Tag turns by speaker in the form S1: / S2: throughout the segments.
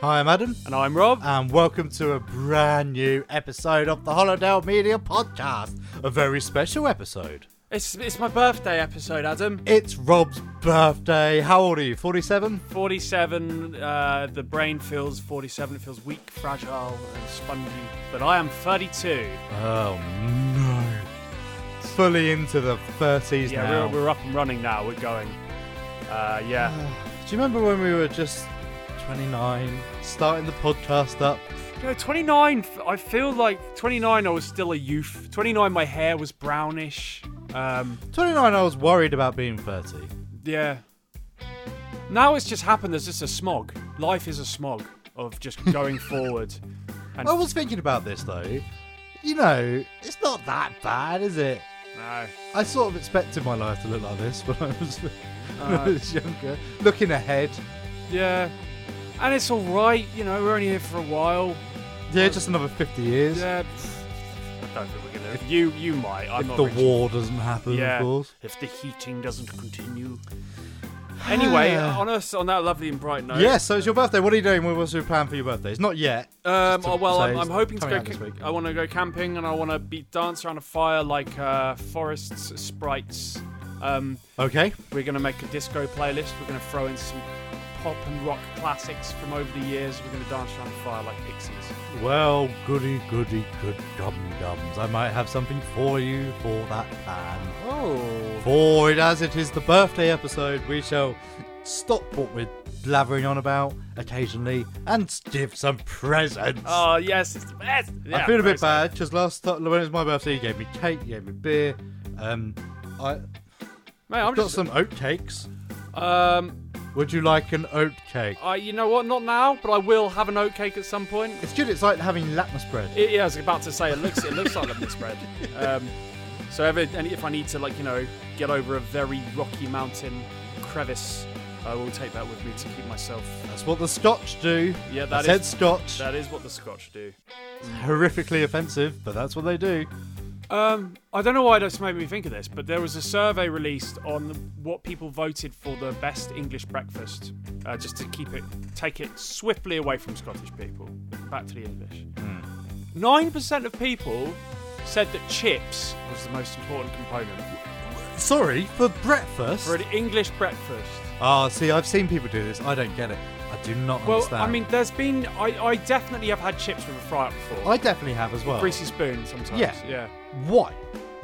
S1: Hi, I'm Adam,
S2: And I'm Rob.
S1: and welcome to a brand new episode of the Hollowdale Media Podcast. A very special episode.
S2: It's it's my birthday episode, Adam.
S1: It's Rob's birthday. How old are you? 47?
S2: 47, uh, the brain feels 47, it feels weak, fragile, and spongy. But I am 32.
S1: Oh, no. Fully into the 30s
S2: Yeah,
S1: now.
S2: we're, we're up and running now, we're going. Uh, yeah.
S1: Do you remember when we were just 29, starting the podcast up?
S2: You know, 29, f- I feel like 29, I was still a youth. 29, my hair was brownish. Um,
S1: 29, I was worried about being 30.
S2: yeah. Now it's just happened, there's just a smog. Life is a smog of just going forward.
S1: I was thinking about this, though. You know, it's not that bad, is it?
S2: No.
S1: I sort of expected my life to look like this when I was, when
S2: Uh,
S1: I was younger. Looking ahead.
S2: Yeah. And it's alright, you know, we're only here for a while.
S1: Yeah, just another 50 years.
S2: Yeah. I don't think we're gonna. you you might. I'm
S1: if
S2: not
S1: the
S2: rich.
S1: war doesn't happen,
S2: Yeah.
S1: of course.
S2: If the heating doesn't continue. Anyway, on us on that lovely and bright note.
S1: Yes, so it's your birthday. What are you doing? What- What's your plan for your birthday? It's not yet.
S2: Um,
S1: Just to
S2: oh, well,
S1: say
S2: I'm,
S1: it's
S2: I'm hoping to
S1: coming
S2: go.
S1: out this
S2: ca-
S1: week.
S2: I want to go camping, and I want to be dance around a fire like uh, forests, sprites. Um,
S1: Okay.
S2: we're gonna make a disco playlist. We're gonna throw in some pop and rock classics from over the years. We're gonna dance around a fire like pixies.
S1: Well, goody, goody, good dum dums. I might have something for you for that plan.
S2: Oh.
S1: For it as it is the birthday episode, we shall stop what we're blathering on about occasionally and give some presents.
S2: Oh yes, it's the best. Yeah,
S1: I feel a
S2: very
S1: bit
S2: excited.
S1: bad because last time, when it was my birthday, you gave me cake, you gave me beer. Um, I
S2: Mate, I'm
S1: got
S2: just
S1: some oat cakes.
S2: um,
S1: Would you like an oat cake?
S2: I you know what? Not now, but I will have an oat cake at some point.
S1: It's good. It's like having latmas bread.
S2: It, yeah, I was about to say it looks it looks like lemon spread. Um, so ever and if I need to like you know get over a very rocky mountain crevice, I will take that with me to keep myself.
S1: That's what the Scotch do.
S2: Yeah,
S1: I
S2: that
S1: said
S2: is
S1: Scotch.
S2: that is what the Scotch do.
S1: Horrifically offensive, but that's what they do.
S2: Um, I don't know why this made me think of this, but there was a survey released on what people voted for the best English breakfast, uh, just to keep it, take it swiftly away from Scottish people, back to the English.
S1: Hmm.
S2: Nine percent of people said that chips was the most important component
S1: Sorry for breakfast.
S2: for an English breakfast.
S1: Ah, see, I've seen people do this. I don't get it. I do not
S2: Well,
S1: understand.
S2: I mean, there's been, I, I definitely have had chips with a fry up before,
S1: I definitely have as well.
S2: greasy spoon sometimes.
S1: Oh. Yeah.
S2: yeah.
S1: Why?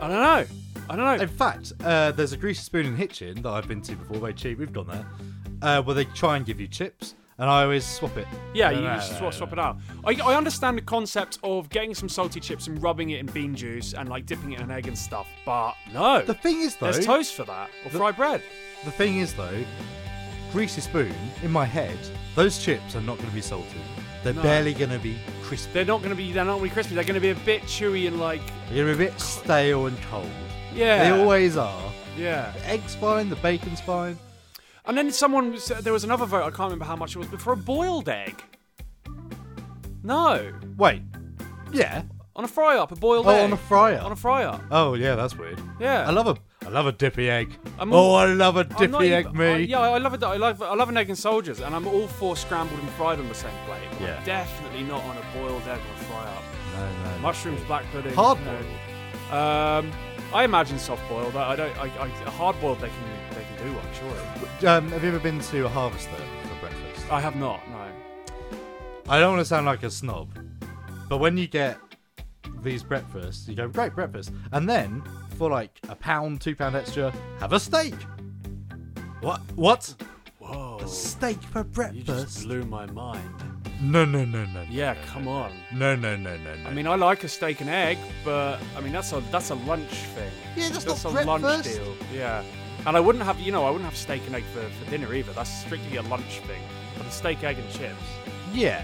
S2: I don't know. I don't know.
S1: In fact, uh, there's a greasy spoon in Hitchin that I've been to before. Very cheap. We've done that. Uh, where they try and give you chips, and I always swap it.
S2: Yeah,
S1: No,
S2: you
S1: no,
S2: just
S1: no,
S2: swap,
S1: no.
S2: swap it out. I, I understand the concept of getting some salty chips and rubbing it in bean juice and like dipping it in egg and stuff, but no.
S1: The thing is, though,
S2: There's toast for that or fried bread.
S1: the thing is though, greasy spoon in my head. Those chips are not going to be salty. They're
S2: No.
S1: barely going to be crispy.
S2: They're not going to be they're not going to be crispy. They're going to be a bit chewy and like
S1: They're going to be a bit stale and cold.
S2: yeah.
S1: They always are.
S2: yeah.
S1: The egg's fine. The bacon's fine.
S2: And then someone was- there was another vote. I can't remember how much it was, but for a boiled egg. No,
S1: Wait. Yeah.
S2: on a fry up, a boiled
S1: Oh,
S2: egg.
S1: on a fryer.
S2: On a fry up.
S1: Oh yeah, that's weird.
S2: Yeah.
S1: I love a I love a dippy egg.
S2: I'm
S1: oh,
S2: all-
S1: I love a
S2: I'm not
S1: dippy egg
S2: even-
S1: me.
S2: I, yeah, I love it. I love I love an egg and soldiers, and I'm all for scrambled and fried on the same plate. But I'm
S1: Yeah.
S2: definitely not on a boiled egg or a fry up.
S1: No, no.
S2: Mushrooms, black pudding,
S1: Hard
S2: you know.
S1: boiled.
S2: Um, I imagine soft boiled. I I don't. I, I, a hard boiled they can they can do one, surely.
S1: Um, have you ever been to a harvester for breakfast?
S2: I have not. No.
S1: I don't want to sound like a snob, but when you get these breakfasts, you go great breakfast, and then for like a pound, two pound extra, have a steak. What? What?
S2: Whoa.
S1: A steak for
S2: You just
S1: breakfast?
S2: blew my mind.
S1: No, no, no, no.
S2: Yeah, come on.
S1: No, no, no, no, no.
S2: I mean, I like a steak and egg, but I mean that's a that's a lunch thing.
S1: Yeah, that's
S2: that's
S1: not
S2: a lunch
S1: breakfast.
S2: deal. Yeah, and I wouldn't have you know I wouldn't have steak and egg for, for dinner either. That's strictly a lunch thing. But the steak, egg, and chips.
S1: yeah,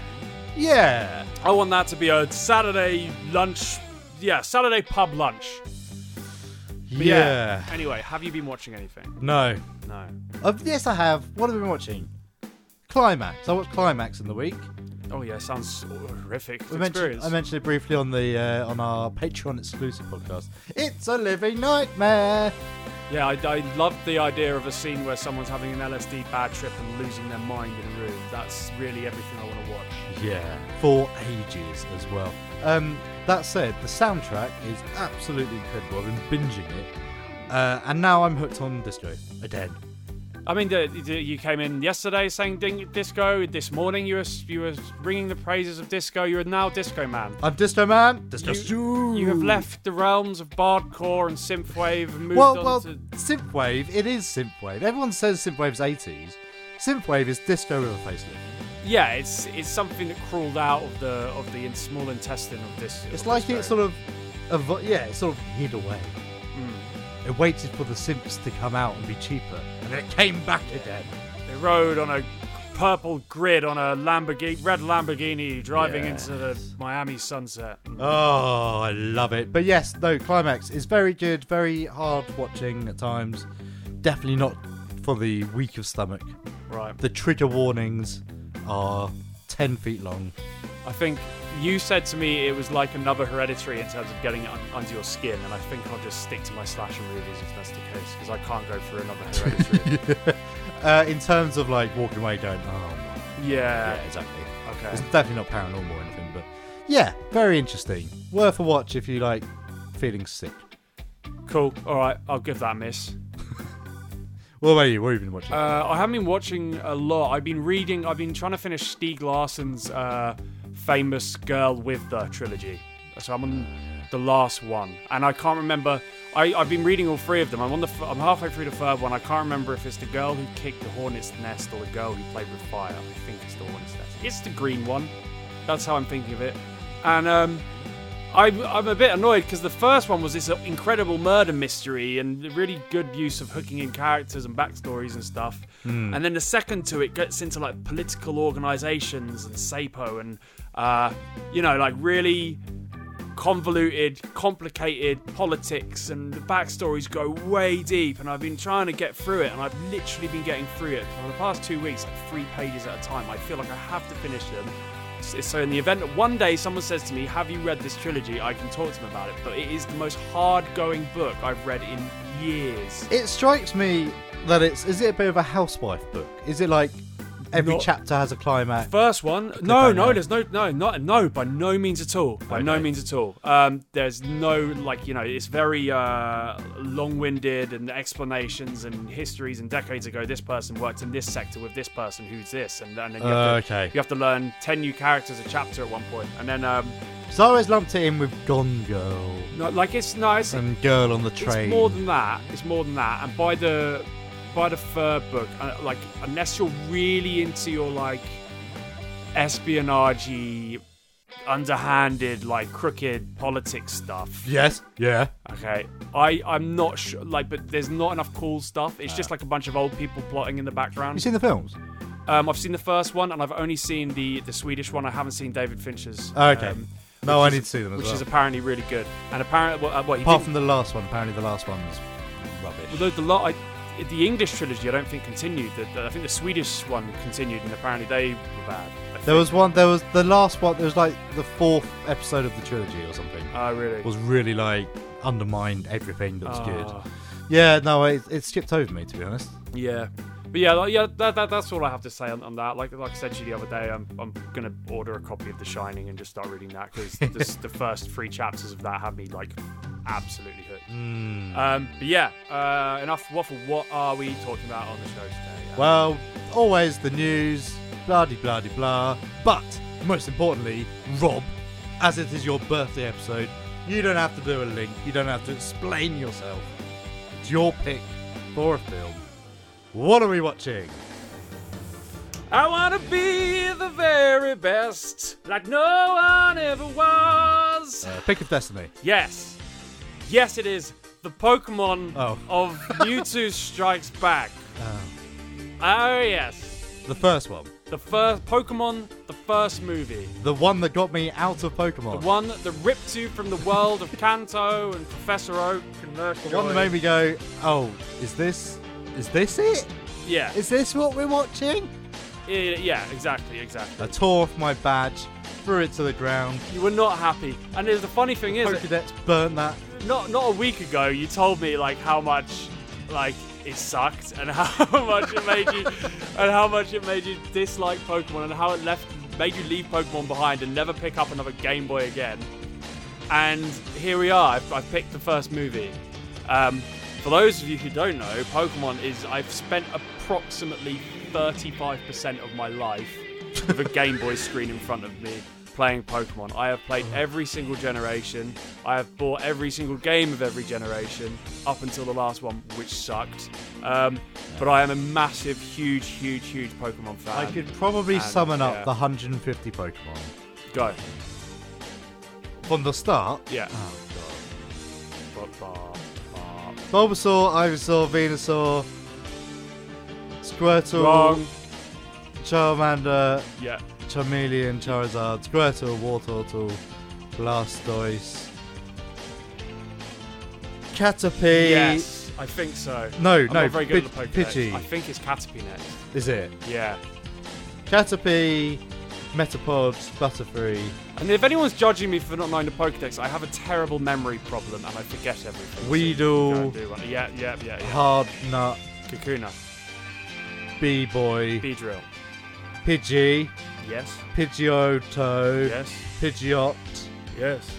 S1: yeah.
S2: I want that to be a Saturday lunch. Yeah, Saturday pub lunch. But
S1: yeah,
S2: Anyway, have you been watching anything?
S1: No.
S2: No.
S1: Uh, yes, I have. What have I been watching? Climax. I watched Climax in the week.
S2: Oh yeah, sounds horrific.
S1: We mentioned,
S2: experience.
S1: I mentioned it briefly on the uh, on our Patreon exclusive podcast. It's a living nightmare.
S2: yeah, I, I love the idea of a scene where someone's having an LSD bad trip and losing their mind in a room. that's really everything I want to watch.
S1: Yeah, for ages as well. Um, that said, the soundtrack is absolutely incredible. I've been binging it, uh, and now I'm hooked on disco again.
S2: I mean, the, the, you came in yesterday saying ding, disco. This morning you were you were ringing the praises of disco. You are now disco man.
S1: I'm Disco Man. Disco
S2: You, you have left the realms of bardcore and synthwave and moved
S1: Well,
S2: on
S1: well,
S2: to
S1: synthwave. It is synthwave. Everyone says synthwave's 80s. Synthwave is disco with a facelift.
S2: yeah. It's it's something that crawled out of the of the in- small intestine of this.
S1: It's
S2: of
S1: like
S2: disco.
S1: it sort of, evo- yeah, it sort of hid away. It waited for the synths to come out and be cheaper, and then it came back again.
S2: They rode on a purple grid on a Lamborghini, red Lamborghini, driving
S1: Yes.
S2: into the Miami sunset.
S1: Oh, I love it. But yes, no, Climax is very good, very hard watching at times. Definitely not for the weak of stomach.
S2: Right.
S1: The trigger warnings are 10 feet long.
S2: I think you said to me it was like another hereditary in terms of getting it un- under your skin, and I think I'll just stick to my slasher movies if that's the case, because I can't go for another hereditary.
S1: Uh, in terms of like walking away going, oh, my." yeah,
S2: yeah.
S1: exactly.
S2: Okay.
S1: It's definitely not paranormal or anything, but yeah, very interesting. Worth a watch if you like feeling sick.
S2: Cool. All right. I'll give that a miss.
S1: What about you? What have you been watching?
S2: Uh, I haven't been watching a lot. I've been reading. I've been trying to finish Stieg Larsson's uh, famous Girl with the trilogy. So I'm on the last one, and I can't remember. I, I've been reading all three of them. I'm on the. f- I'm halfway through the third one. I can't remember if it's the girl who kicked the hornet's nest or the girl who played with fire. I think it's the hornet's nest. It's the green one. That's how I'm thinking of it. And um, I'm, I'm a bit annoyed because the first one was this uh, incredible murder mystery and really good use of hooking in characters and backstories and stuff. And then the second two, it gets into like political organizations and SAPO and, uh, you know, like really convoluted, complicated politics, and the backstories go way deep. And I've been trying to get through it, and I've literally been getting through it for the past two weeks, like three pages at a time. I feel like I have to finish them. S- So, in the event that one day someone says to me, Have you read this trilogy? I can talk to them about it. But it is the most hard going book I've read in years.
S1: It strikes me that it's is it a bit of a housewife book? Is it like every
S2: Not-
S1: chapter has a climax?
S2: First one? No,
S1: I know.
S2: no, there's no, no, not, no, by no means at all. By no
S1: Okay.
S2: means at all. Um, there's no, like, you know, it's very uh, long winded and explanations and histories and decades ago, this person worked in this sector with this person, who's this? And, and then you,
S1: Uh,
S2: have to,
S1: okay.
S2: you have to learn 10 new characters a chapter at one point. And then, um,
S1: So I always lumped it in with Gone Girl
S2: no, like, it's nice.
S1: and Girl on the Train.
S2: It's more than that. It's more than that. And by the by the third book, uh, like unless you're really into your like espionage, underhanded, like crooked politics stuff.
S1: yes, yeah.
S2: Okay, I I'm not sure. Like, but there's not enough cool stuff. It's just like a bunch of old people plotting in the
S1: You
S2: background.
S1: seen the films?
S2: Um, I've seen the first one, and I've only seen the the Swedish one. I haven't seen David Fincher's.
S1: Okay.
S2: um,
S1: no, I
S2: which is-
S1: need to see them as
S2: which
S1: well.
S2: is apparently really good. And apparently, well, uh, well, he
S1: Apart from
S2: didn't-
S1: the last one, apparently the last one's rubbish.
S2: Although the lot, I, the English trilogy, I don't think continued. The, the- I think the Swedish one continued, and apparently they were bad. I think.
S1: there was one. There was the last one. There was like the fourth episode of the trilogy or something.
S2: Oh, really?
S1: was really like undermined everything that was
S2: Ah.
S1: good. Yeah, no, it, it skipped over me to be honest.
S2: Yeah, but yeah, like, yeah. That, that, that's all I have to say on, on that. Like like I said to you the other day, I'm I'm gonna order a copy of The Shining and just start reading that because the first three chapters of that have me like absolutely hooked.
S1: Hmm.
S2: Um, but yeah, uh, enough waffle. What are we talking about on the show today? Uh,
S1: Well, always the news, blah de blah de blah. But most importantly, Rob, as it is your birthday episode, you don't have to do a link. You don't have to explain yourself. It's your pick for a film. What are we watching?
S2: I wanna be the very best, like no one ever was.
S1: Uh, pick of Destiny.
S2: Yes. Yes, it is the Pokemon
S1: Oh.
S2: of Mewtwo Strikes Back. Oh, yes.
S1: The first one.
S2: The first Pokemon, the first movie.
S1: The one that got me out of
S2: The
S1: Pokemon.
S2: one that ripped you from the world of Kanto and Professor Oak and Nurse
S1: The one that made me go, oh, is this, is this it?
S2: Yeah.
S1: Is this what we're watching?
S2: i- yeah, exactly, exactly.
S1: I tore off my badge, threw it to the ground.
S2: You were not happy. And there's the funny thing is, that
S1: Pokedex burnt that.
S2: not not a week ago you told me like how much like it sucked and how much it made you and how much it made you dislike Pokemon and how it left made you leave Pokemon behind and never pick up another Game Boy again. And here we are. I've, I've picked the first movie. Um, for those of you who don't know, Pokemon is I've spent approximately 35% of my life with a Game Boy screen in front of me playing Pokemon. I have played every single generation. I have bought every single game of every generation up until the last one, which sucked. Um, but I am a massive, huge, huge, huge Pokemon fan.
S1: I could probably
S2: and,
S1: summon up
S2: yeah.
S1: the 150 Pokemon
S2: go.
S1: from the start.
S2: Yeah.
S1: Oh, God.
S2: Ba, ba, ba.
S1: Bulbasaur, Ivysaur, Venusaur, Squirtle,
S2: Wrong.
S1: Charmander,
S2: Yeah.
S1: Charmeleon, Charizard, Squirtle, Wartortle, Blastoise, Caterpie.
S2: Yes. I think so.
S1: No,
S2: I'm
S1: no,
S2: Not very good
S1: Pid-
S2: at the Pokedex.
S1: Pidgey.
S2: I think it's Caterpie next.
S1: Is it?
S2: Yeah.
S1: Caterpie, Metapod, Butterfree.
S2: And if anyone's judging me for not knowing the Pokedex, I have a terrible memory problem and I forget everything. so you can go
S1: Weedle. Uh-huh.
S2: and do one. Yeah, yeah, yeah, yeah.
S1: Hard Nut,
S2: Kakuna.
S1: B Boy,
S2: Beedrill.
S1: Pidgey,
S2: Yes.
S1: Pidgeotto,
S2: Yes.
S1: Pidgeot,
S2: Yes.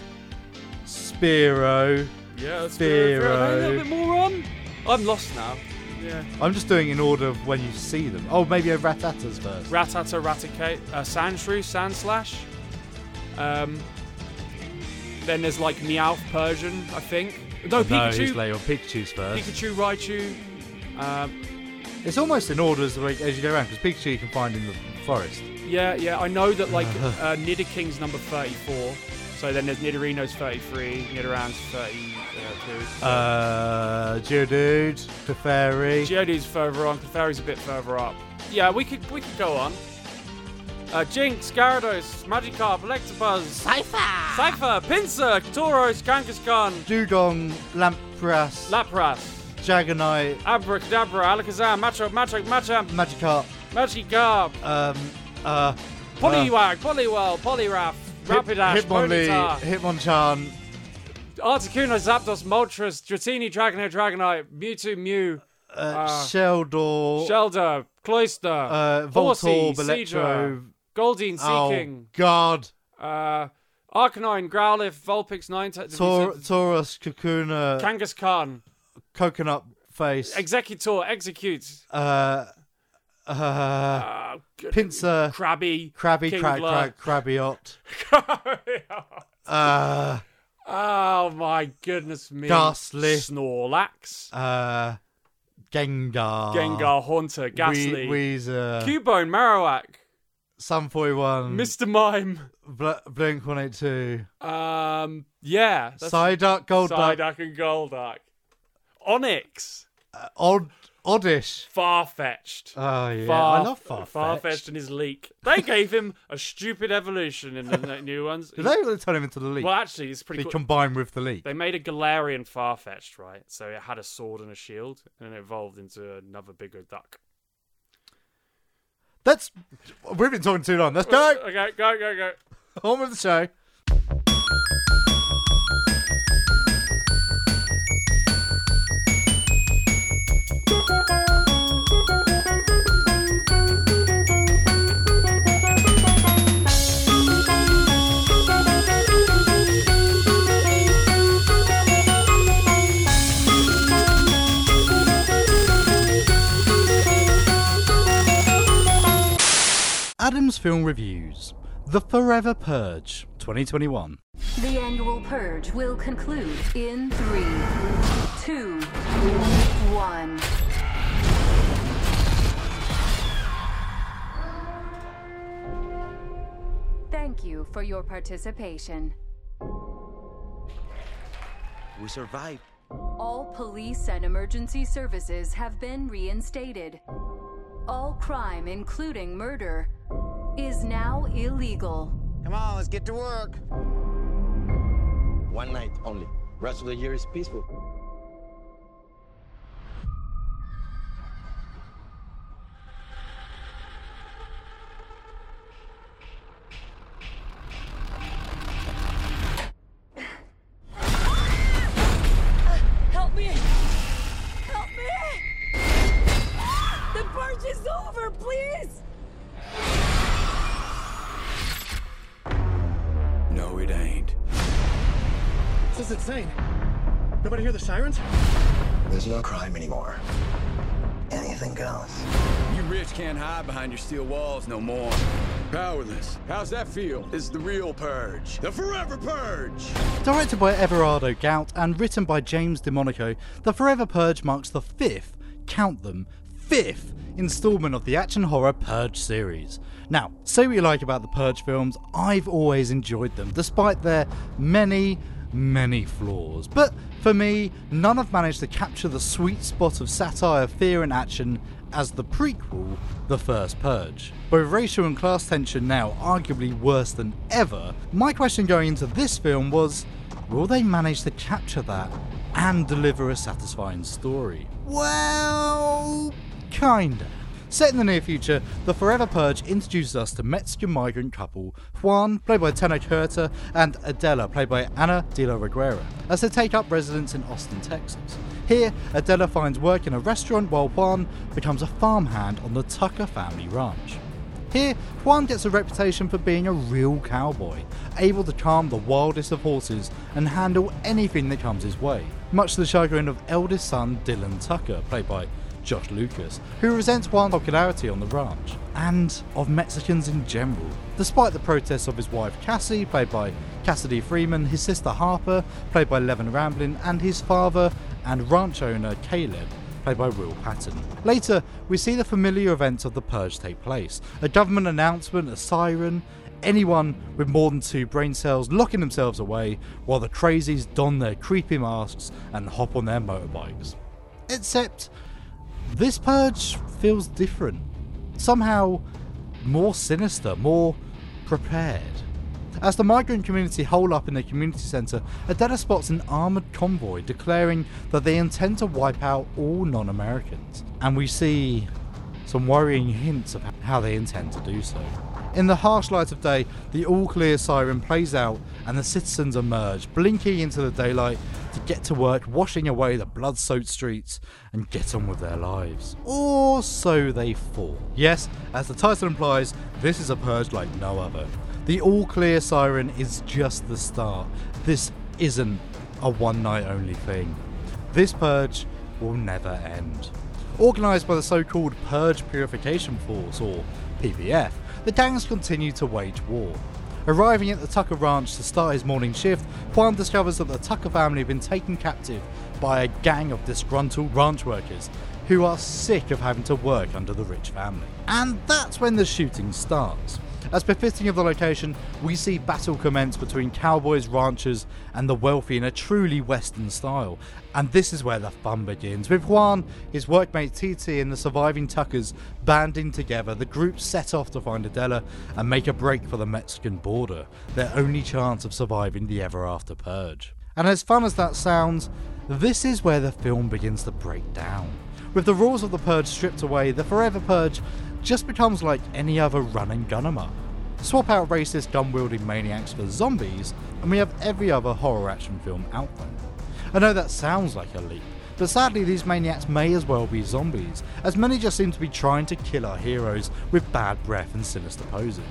S1: Spearow.
S2: Yeah. Let's
S1: Spearow.
S2: A little bit more on. I'm lost now. Yeah.
S1: I'm just doing in order of when you see them. Oh, maybe a Rattatas first.
S2: Ratata, Raticate, uh, Sandshrew, Sandslash. Um. Then there's like Meowth, Persian, I think. No, oh, Pikachu.
S1: later on. Pikachu's first.
S2: Pikachu, Raichu. Um,
S1: It's almost in order as, the way, as you go around because Pikachu you can find in the forest.
S2: Yeah, yeah. I know that like uh, Nidoking's number 34. So then there's Nidorino's 33, Nidoran's 32.
S1: Uh, Geodude, Teferi.
S2: Geodude's further on. Clefairy's a bit further up. Yeah, we could we could go on. Uh, Jinx, Gyarados, Magikarp, Electabuzz,
S1: Ah! Cypher!
S2: Cypher, Pinsir, Tauros, Kangaskhan,
S1: Dugong, Lampras,
S2: Lapras,
S1: Dragonite,
S2: Abracadabra, Alakazam, Machop, Machop, Machamp,
S1: Magikarp,
S2: Magikarp,
S1: um, uh,
S2: Poliwag, Poliwhirl, Poliwrath,
S1: Hip-
S2: Rapidash,
S1: Hitmonlee,
S2: Ponyta.
S1: Hitmonchan,
S2: Articuno, Zapdos, Moltres, Dratini, Dragonair, Dragonite, Mewtwo, Mew,
S1: uh, Sheldor,
S2: Shelder, Cloyster,
S1: Oh. uh,
S2: Horsey,
S1: Voltorb,
S2: Seedra,
S1: Electro.
S2: Goldeen,
S1: Oh,
S2: Seeking,
S1: God.
S2: uh, Arcanine, Growlithe, Vulpix, Ninetales,
S1: Tor- Taurus, Kakuna,
S2: Kangaskhan,
S1: Coconut Face,
S2: Executor, Execute,
S1: uh, uh,
S2: uh, g-
S1: Pincer,
S2: Krabby,
S1: Krabby, Crack,
S2: Kingler.
S1: Crack, Crabbiot, uh,
S2: oh my goodness me.
S1: Ghastly.
S2: Snorlax,
S1: uh, Gengar,
S2: Gengar, Haunter, Ghastly,
S1: Wee- Weezer,
S2: Cubone, Marowak,
S1: Sun 41,
S2: Mr. Mime.
S1: Bl- Blink 182,
S2: Um, yeah. that's-
S1: Psyduck, Golduck,
S2: Psyduck and Golduck. Onyx.
S1: Odd, Oddish.
S2: Far-fetched.
S1: Oh, yeah, I
S2: Far-
S1: love
S2: Farfetch'd
S1: Farfetch'd.
S2: and his leak. They gave him a stupid evolution in the n- new ones.
S1: Did they really turn him into the leak?
S2: Well, actually, it's pretty
S1: Be
S2: cool.
S1: combined with the leak.
S2: They made a Galarian Farfetch'd, right? So it had a sword and a shield, and it evolved into another bigger duck.
S1: That's. We've been talking too long. Let's go!
S2: Uh, Okay, go, go, go.
S1: Home of the show. Adam's Film Reviews The Forever Purge 2021.
S3: The annual purge will conclude in three, two, one. Thank you for your participation.
S4: We survived.
S3: All police and emergency services have been reinstated. All crime, including murder, is now illegal.
S4: Come on, let's get to work. One night only. Rest of the year is peaceful.
S5: Help me! Help me! it ain't.
S6: This is insane. Nobody hear the sirens?
S7: There's no crime anymore. Anything goes.
S5: You rich can't hide behind your steel walls no more. Powerless. How's that feel? It's the real purge. The forever purge!
S1: Directed by Everardo Gout and written by James DeMonico, The Forever Purge marks the fifth, count them, fifth installment of the action horror Purge series. Now, say what you like about the Purge films, I've always enjoyed them, despite their many, many flaws. But for me, none have managed to capture the sweet spot of satire, fear, and action as the prequel, The First Purge. Both racial and class tension now arguably worse than ever, my question going into this film was will they manage to capture that and deliver a satisfying story? Well, kinda. Set in the near future, The Forever Purge introduces us to Mexican migrant couple Juan, played by Teno Curta, and Adela, played by Ana de la Reguera, as they take up residence in Austin, Texas. Here, Adela finds work in a restaurant while Juan becomes a farmhand on the Tucker family ranch. Here, Juan gets a reputation for being a real cowboy, able to calm the wildest of horses and handle anything that comes his way, much to the chagrin of eldest son Dylan Tucker, played by Josh Lucas, who resents Juan's popularity on the ranch, and of Mexicans in general. Despite the protests of his wife Cassie, played by Cassidy Freeman, his sister Harper, played by Levin Ramblin, and his father and ranch owner Caleb, played by Will Patton. Later, we see the familiar events of the purge take place a government announcement, a siren, anyone with more than two brain cells locking themselves away while the crazies don their creepy masks and hop on their motorbikes. Except, this purge feels different. Somehow, more sinister, more prepared. As the migrant community hole up in the community centre, Adela spots an armoured convoy declaring that they intend to wipe out all non Americans. And we see some worrying hints of how they intend to do so. In the harsh light of day, the all clear siren plays out and the citizens emerge, blinking into the daylight to get to work washing away the blood soaked streets and get on with their lives. Or so they thought. Yes, as the title implies, this is a purge like no other. The all clear siren is just the start. This isn't a one night only thing. This purge will never end. Organised by the so called Purge Purification Force, or PPF, the gangs continue to wage war. Arriving at the Tucker Ranch to start his morning shift, Juan discovers that the Tucker family have been taken captive by a gang of disgruntled ranch workers who are sick of having to work under the rich family. And that's when the shooting starts. As befitting of the location, we see battle commence between cowboys, ranchers, and the wealthy in a truly Western style. And this is where the fun begins, with Juan, his workmate TT, and the surviving Tuckers banding together. The group set off to find Adela and make a break for the Mexican border, their only chance of surviving the ever after purge. And as fun as that sounds, this is where the film begins to break down. With the rules of the Purge stripped away, the Forever Purge just becomes like any other run and gun em up. Swap out racist gun wielding maniacs for zombies, and we have every other horror action film out there. I know that sounds like a leap, but sadly, these maniacs may as well be zombies, as many just seem to be trying to kill our heroes with bad breath and sinister poses.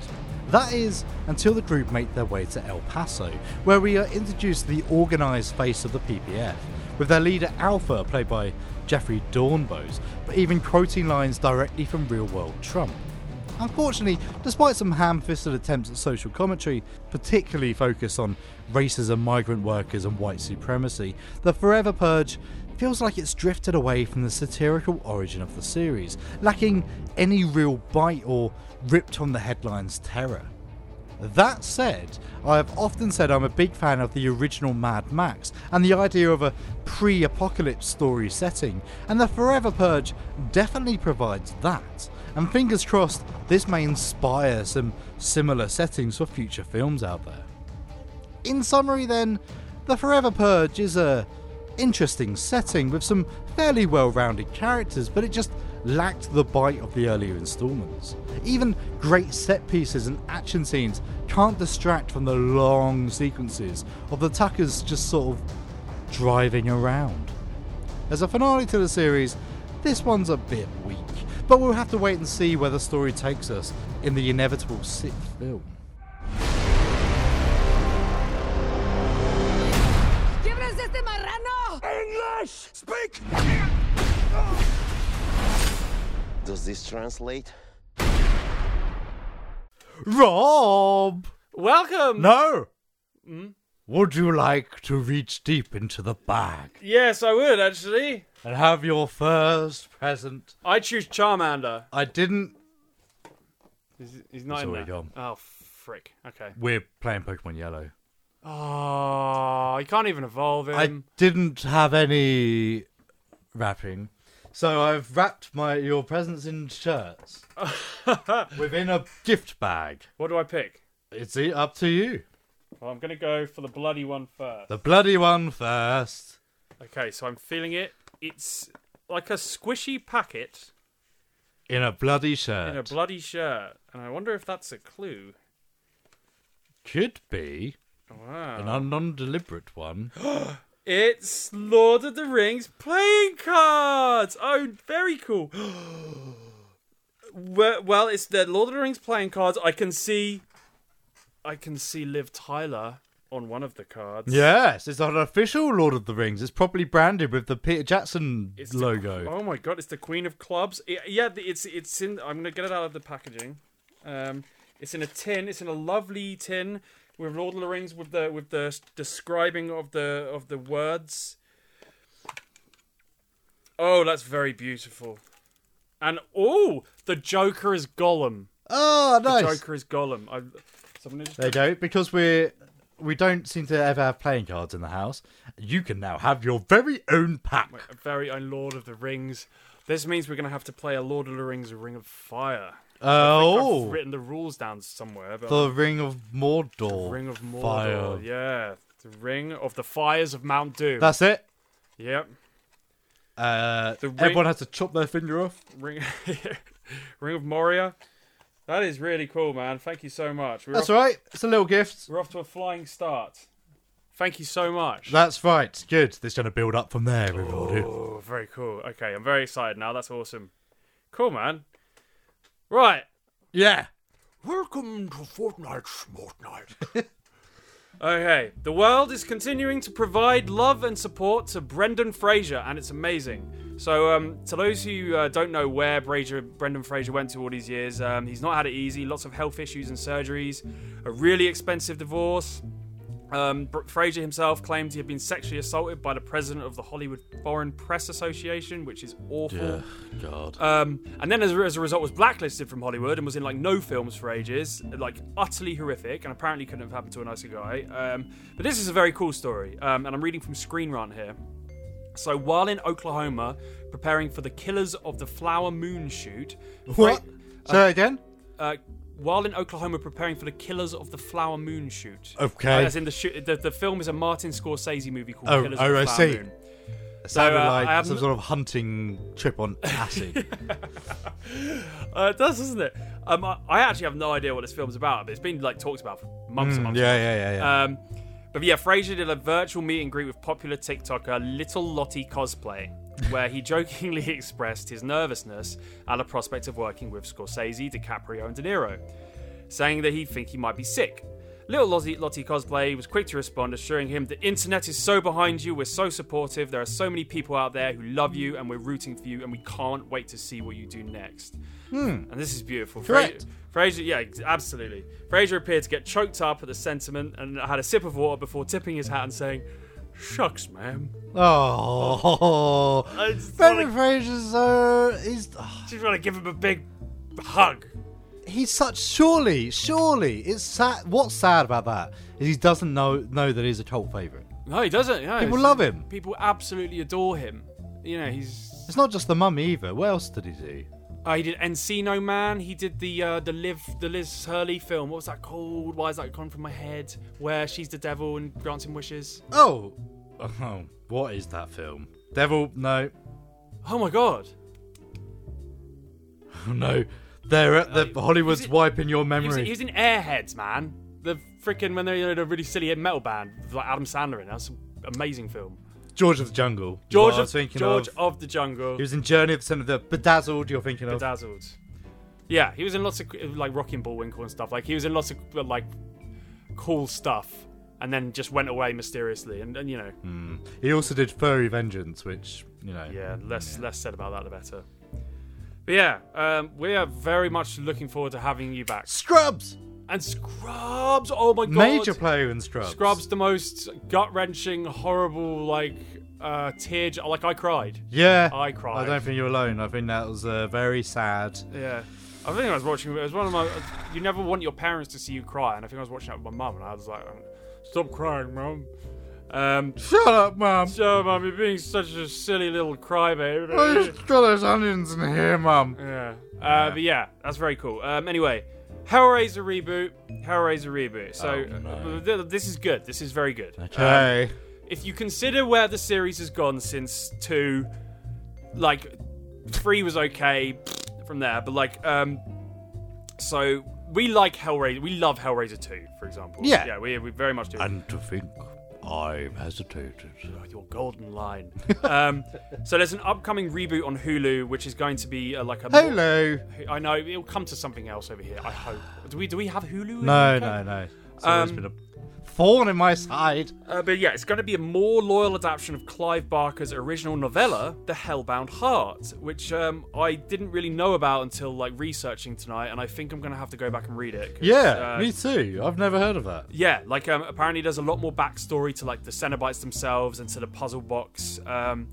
S1: That is, until the group make their way to El Paso, where we are introduced to the organised face of the PPF, with their leader Alpha, played by Jeffrey Dornbos, but even quoting lines directly from real world Trump. Unfortunately, despite some ham fisted attempts at social commentary, particularly focused on racism, migrant workers, and white supremacy, the Forever Purge feels like it's drifted away from the satirical origin of the series, lacking any real bite or ripped from the headlines terror. That said, I have often said I'm a big fan of the original Mad Max and the idea of a pre apocalypse story setting, and the Forever Purge definitely provides that. And fingers crossed, this may inspire some similar settings for future films out there. In summary, then, The Forever Purge is a interesting setting with some fairly well-rounded characters, but it just lacked the bite of the earlier installments. Even great set pieces and action scenes can't distract from the long sequences of the Tuckers just sort of driving around. As a finale to the series, this one's a bit weak, but we'll have to wait and see where the story takes us in the inevitable sixth film.
S5: English! Speak!
S4: Does this translate?
S1: Rob!
S2: Welcome.
S1: No! Would you like to reach deep into the bag
S2: Yes, I would actually.
S1: and have your first present?
S2: I choose Charmander.
S1: I didn't.
S2: He's, he's not
S1: It's
S2: in there.
S1: already gone.
S2: Oh frick. Okay.
S1: We're playing Pokemon Yellow.
S2: Oh, you can't even evolve
S1: I
S2: him.
S1: didn't have any wrapping. So I've wrapped my your presents in shirts within a gift bag.
S2: What do I pick?
S1: It's e- up to you.
S2: Well, I'm gonna go for the bloody one first.
S1: The bloody one first.
S2: Okay, so I'm feeling it. It's like a squishy packet
S1: In a bloody
S2: in a
S1: shirt.
S2: bloody shirt, and I wonder if that's a clue.
S1: Could be
S2: Wow.
S1: an un- non-deliberate one.
S2: It's Lord of the Rings playing cards. Oh, very cool. well, well, it's the Lord of the Rings playing cards. I can see, I can see Liv Tyler on one of the cards.
S1: Yes, it's an official Lord of the Rings. It's probably branded with the Peter Jackson
S2: It's the-
S1: logo.
S2: oh my god, it's the Queen of Clubs. I- yeah, the- it's it's in. I'm gonna get it out of the packaging. Um, it's in a tin. It's in a lovely tin with Lord of the Rings with the with the s- describing of the of the words. Oh, that's very beautiful. And oh, the Joker is Gollum.
S1: Oh,
S2: The
S1: nice.
S2: Joker is Gollum. I, so I'm gonna just
S1: There you go. Because we're we don't seem to ever have playing cards in the house. You can now have your very own pack.
S2: a very own Lord of the Rings. This means we're gonna have to play a Lord of the Rings Ring of Fire. I've
S1: oh,
S2: written the rules down somewhere. But
S1: the Ring of Mordor.
S2: Ring of Mordor.
S1: Fire.
S2: Yeah, the Ring of the Fires of Mount Doom.
S1: That's it.
S2: yep.
S1: Uh,
S2: The ring-
S1: Everyone has to chop their finger off.
S2: Ring, Ring of Moria. That is really cool, man. Thank you so much. We're,
S1: That's
S2: off,
S1: all right. It's a little gift.
S2: we're off to a flying start. Thank you so much.
S1: That's right. Good. This going to build up from there, everybody.
S2: oh, very cool. Okay, I'm very excited now. That's awesome. Cool, man. Right.
S1: Yeah.
S2: Welcome to Fortnite Fortnite. okay, the world is continuing to provide love and support to Brendan Fraser, and it's amazing. So, um, to those who uh, don't know where Brazier, Brendan Fraser went to all these years, um, he's not had it easy. Lots of health issues and surgeries, a really expensive divorce. Um, Br- Fraser himself claimed he had been sexually assaulted by the president of the Hollywood Foreign Press Association, which is awful.
S1: God.
S2: Um, and then as, a- as a result was blacklisted from Hollywood and was in like no films for ages, like utterly horrific and apparently couldn't have happened to a nicer guy. Um, but this is a very cool story um, and I'm reading from Screen Rant here. So while in Oklahoma preparing for the Killers of the Flower Moon shoot,
S1: what? Say that again.
S2: uh, while in Oklahoma preparing for the Killers of the Flower Moon shoot.
S1: Okay.
S2: Uh, as in the, shoot, the the film is a Martin Scorsese movie called
S1: Oh,
S2: Killers
S1: oh,
S2: of the
S1: I
S2: Flower
S1: see.
S2: Moon.
S1: It sounded
S2: uh, I
S1: like
S2: have
S1: some
S2: n-
S1: sort of hunting trip on acid.
S2: Uh, it does, doesn't it? Um, I, I actually have no idea what this film's about, but it's been like talked about for months and months.
S1: Hmm, yeah, yeah, yeah, yeah.
S2: Um, but yeah, Fraser did a virtual meet and greet with popular TikToker Little Lottie Cosplay, where he jokingly expressed his nervousness at the prospect of working with Scorsese, DiCaprio, and De Niro, saying that he think he might be sick. Little Lottie, Lottie Cosplay was quick to respond, assuring him the internet is so behind you, we're so supportive, there are so many people out there who love you, and we're rooting for you, and we can't wait to see what you do next. And this is beautiful.
S1: Correct.
S2: Fraser, yeah, ex- absolutely. Fraser appeared to get choked up at the sentiment and had a sip of water before tipping his hat and saying, "Shucks, ma'am."
S1: oh,
S2: Uh, I just
S1: Brendan
S2: wanna-
S1: Fraser's so he's ah,
S2: Just want to give him a big hug.
S1: he's such surely surely it's sad. What's sad about that is he doesn't know know that he's a cult favorite.
S2: No, he doesn't. No,
S1: People
S2: it's-
S1: love him.
S2: People absolutely adore him. You know, he's.
S1: It's not just the mummy either. What else did he do?
S2: Uh, he did Encino Man. He did the uh, the Liv the Liz Hurley film. What was that called? Why is that gone from my head? Where she's the devil and grants him wishes.
S1: Oh, oh, what is that film? Devil? No,
S2: Oh my god!
S1: no. They're at the
S2: Uh,
S1: Hollywood's
S2: is it-
S1: wiping your
S2: He was,
S1: memory.
S2: he was in Airheads, man. The freaking when they were in a really silly metal band with, like Adam Sandler in. That's an amazing film.
S1: George of the Jungle. is
S2: George
S1: what I was
S2: of
S1: thinking
S2: George
S1: of.
S2: of, the Jungle.
S1: He was in Journey of the Son of the Bedazzled. You're thinking of.
S2: Bedazzled. Yeah, he uh, was in lots of like Rocking Bullwinkle and stuff. Like he was in lots of like uh, cool stuff. and then just went away mysteriously. And, and you know,
S1: He also did Furry Vengeance, which you know.
S2: yeah, less less said about that the better. But yeah, um, we are very much looking forward to having you back.
S1: Scrubs,
S2: And Scrubs, oh my god,
S1: major player in Scrubs.
S2: Scrubs, the most gut wrenching, horrible, like uh, tear, like I cried.
S1: Yeah,
S2: I cried.
S1: I don't think you're alone. I think that was uh, very sad.
S2: Yeah. I think I was watching. It was one of my. You never want your parents to see you cry, and I think I was watching that with my mum, and I was like, "Oh, "Stop crying, mum." Um,
S1: Shut up, mum.
S2: so, mum, you're being such a silly little
S1: I
S2: crybaby.
S1: just got those onions in here, mum.
S2: yeah. Uh, but yeah, that's very cool. Um, anyway, Hellraiser reboot. Hellraiser reboot. So uh, th- this is good. This is very good.
S1: Oh, Okay.
S2: if you consider where the series has gone since two, like three was okay from there, but like um, so we like Hellraiser, we love Hellraiser two, for example.
S1: Yeah.
S2: yeah, we, we very much do.
S1: and to think, I've hesitated.
S2: Your golden line. um, so there's an upcoming reboot on Hulu, which is going to be uh, like a.
S1: Hello.
S2: I know it'll come to something else over here. I hope. Do we do we have Hulu? in the
S1: No,
S2: UK?
S1: no, no.
S2: Um,
S1: It's always been a thorn in my side.
S2: Uh, but yeah, it's going to be a more loyal adaptation of Clive Barker's original novella, The Hellbound Heart, which um, I didn't really know about until like researching tonight, and I think I'm going to have to go back and read it. 'cause,
S1: Yeah,
S2: uh,
S1: me too. I've never heard of that.
S2: yeah, like um, apparently there's a lot more backstory to like the Cenobites themselves and to the puzzle box. Um,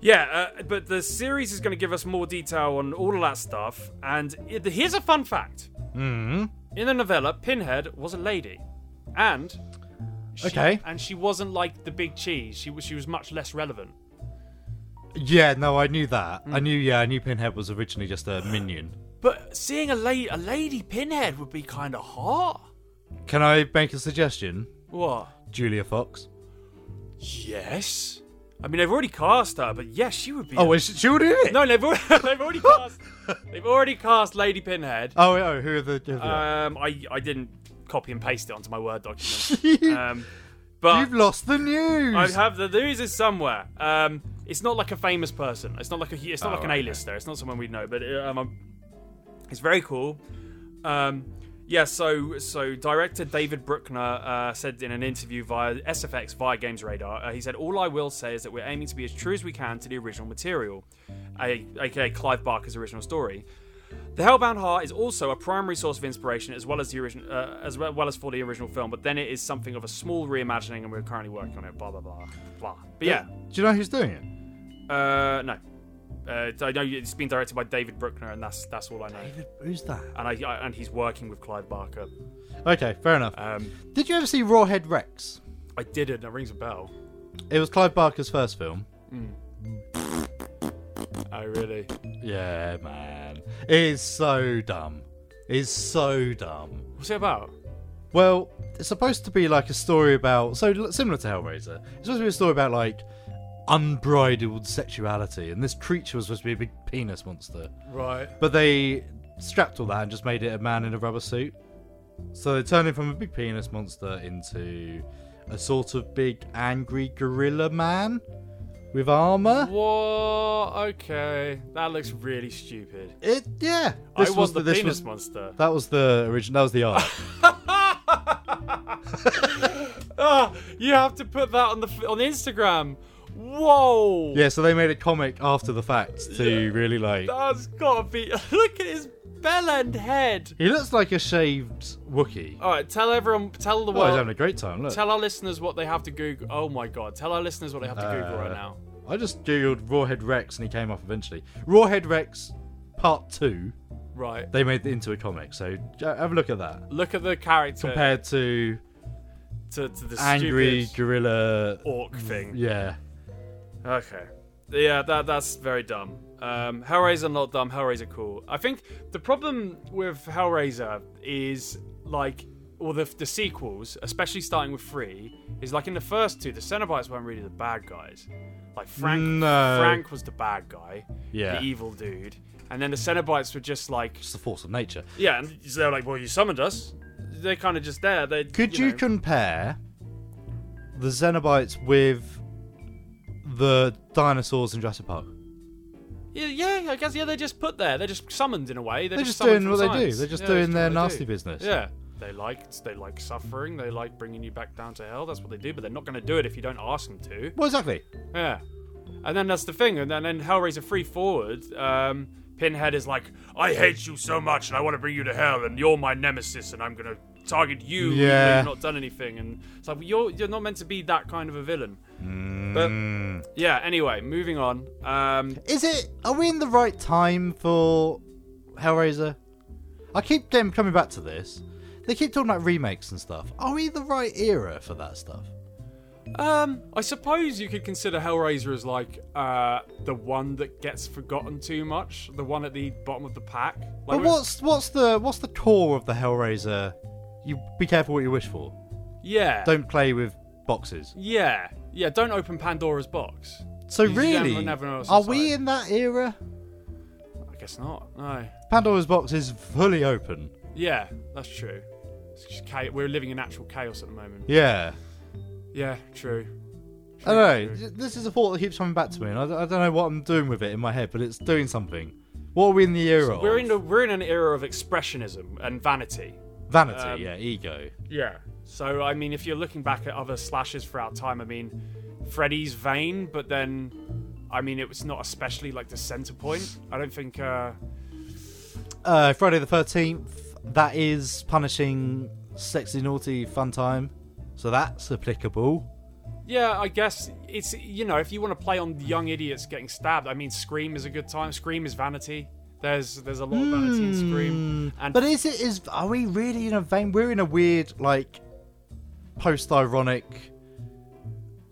S2: yeah, uh, but the series is going to give us more detail on all of that stuff. And it, here's a fun fact: in the novella, Pinhead was a lady, and she-
S1: Okay.
S2: and she wasn't like the big cheese. She was she was much less relevant.
S1: Yeah, no, I knew that.
S2: Mm.
S1: I knew. Yeah, I knew Pinhead was originally just a minion.
S2: But seeing a lady a lady Pinhead would be kind of hot.
S1: Can I make a suggestion?
S2: What?
S1: Julia Fox.
S2: Yes. I mean, they've already cast her, but yes, she would be.
S1: Oh, is she, she would do it.
S2: No, they've already, they've already cast. They've already cast Lady Pinhead.
S1: Oh, oh, who are the? Who are
S2: Um, I I didn't copy and paste it onto my Word document.
S1: the
S2: Um, but
S1: You've lost the news.
S2: I have the news is somewhere. Um, it's not like a famous person. It's not like a. hu- It's not
S1: Oh,
S2: like an A-lister. It's not someone we know. But uh, um, I'm- it's very cool. Um, yeah. So so director David Bruckner uh, said in an interview via SFX via Games Radar, uh, he said, "All I will say is that we're aiming to be as true as we can to the original material, a, aka Clive Barker's original story." The Hellbound Heart is also a primary source of inspiration, as well as the original, uh, as well, well as for the original film. But then it is something of a small reimagining, and we're currently working on it. Blah blah blah blah. But yeah,
S1: Do you know who's doing it?
S2: uh, no, uh, I know it's been directed by David Bruckner, and that's that's all I know.
S1: Who's that?
S2: And I, I and he's working with Clive Barker.
S1: Okay, fair enough.
S2: Um,
S1: Did you ever see Rawhead Rex?
S2: I did it. and It rings a bell.
S1: It was Clive Barker's first film.
S2: Oh really?
S1: Yeah, man. It is so dumb. It's so dumb.
S2: What's it about?
S1: Well, it's supposed to be like a story about so l- similar to Hellraiser. It's supposed to be a story about like unbridled sexuality, and this creature was supposed to be a big penis monster.
S2: Right.
S1: But they strapped all that and just made it a man in a rubber suit. So they turned him from a big penis monster into a sort of big angry gorilla man with armor.
S2: What? Okay, that looks really stupid.
S1: It yeah.
S2: I was, the
S1: this
S2: penis
S1: was-
S2: monster.
S1: That was the original. That was the art.
S2: Ah, you have to put that on the f- on Instagram. Whoa.
S1: yeah. So they made a comic after the fact to really like.
S2: That's gotta be. Look at his bell end head.
S1: He looks like a shaved Wookiee.
S2: All right, tell everyone, tell the
S1: Oh, he's
S2: world,
S1: having a great time. Look,
S2: Oh, tell our listeners what they have to Google. Oh my god, tell our listeners what they have to Google
S1: Uh,
S2: right now.
S1: I just googled Rawhead Rex and he came up eventually. Rawhead Rex Part Two.
S2: Right,
S1: They made it into a comic, so j- have a look at that.
S2: look at the character
S1: Compared to
S2: to, to the
S1: angry
S2: stupid
S1: gorilla.
S2: orc thing.
S1: Yeah.
S2: Okay, yeah, that that's very dumb. Um, Hellraiser not dumb. Hellraiser cool. I think the problem with Hellraiser is like, well, the the sequels, especially starting with three, is like in the first two, the Cenobites weren't really the bad guys. Like Frank,
S1: No.
S2: Frank was the bad guy,
S1: Yeah.
S2: the evil dude, and then the Cenobites were just like,
S1: It's the force of nature.
S2: yeah, and they're like, well, you summoned us. They're kind of just there. They
S1: Could you,
S2: know.
S1: compare the Xenobites with the dinosaurs in Jurassic Park?
S2: yeah, yeah, I guess yeah. They're just put there. They're just summoned in a way. They're,
S1: They're just
S2: summoned
S1: doing
S2: from
S1: what they do.
S2: science.
S1: They're just
S2: Yeah,
S1: doing
S2: what
S1: their
S2: they
S1: nasty
S2: do.
S1: business.
S2: Yeah. They like they like suffering. They like bringing you back down to hell. That's what they do. But they're not going to do it if you don't ask them to.
S1: Well, exactly.
S2: Yeah. And then that's the thing. And then, and then Hellraiser free forward. Um, Pinhead is like, I hate you so much, and I want to bring you to hell, and you're my nemesis, and I'm gonna target you. even though
S1: Yeah.
S2: You've not done anything, and it's like well, you're you're not meant to be that kind of a villain.
S1: Mm.
S2: But yeah. Anyway, moving on. Um,
S1: Is it? Are we in the right time for Hellraiser? I keep them coming back to this. They keep talking about remakes and stuff. Are we the right era for that stuff?
S2: Um, I suppose you could consider Hellraiser as like uh the one that gets forgotten too much, the one at the bottom of the pack. Like
S1: But what's what's the what's the core of the Hellraiser? You be careful what you wish for.
S2: yeah,
S1: Don't play with boxes.
S2: yeah, yeah. Don't open Pandora's box.
S1: So
S2: You just never-
S1: really,
S2: never know what's
S1: are we
S2: inside.
S1: in that era?
S2: I guess not. No.
S1: Pandora's box is fully open.
S2: Yeah, that's true. It's just cha- we're living in actual chaos at the moment.
S1: Yeah.
S2: Yeah, true.
S1: I don't know. This is a thought that keeps coming back to me, and I, I don't know what I'm doing with it in my head, but it's doing something. What are we in the era
S2: We're
S1: of?
S2: in a, we're in an era of expressionism and vanity.
S1: Vanity,
S2: um,
S1: yeah, ego.
S2: Yeah. So I mean, if you're looking back at other slashes throughout time, I mean, Freddy's vain, but then, I mean, it was not especially like the center point. I don't think. Uh,
S1: Uh, Friday the 13th, that is punishing sexy, naughty, fun time. So that's applicable.
S2: yeah, I guess it's you know if you want to play on young idiots getting stabbed, I mean, Scream is a good time. Scream is vanity. There's there's a lot of vanity in Scream.
S1: Hmm.
S2: And
S1: But is it, is, are we really in a vein? We're in a weird, like, post ironic,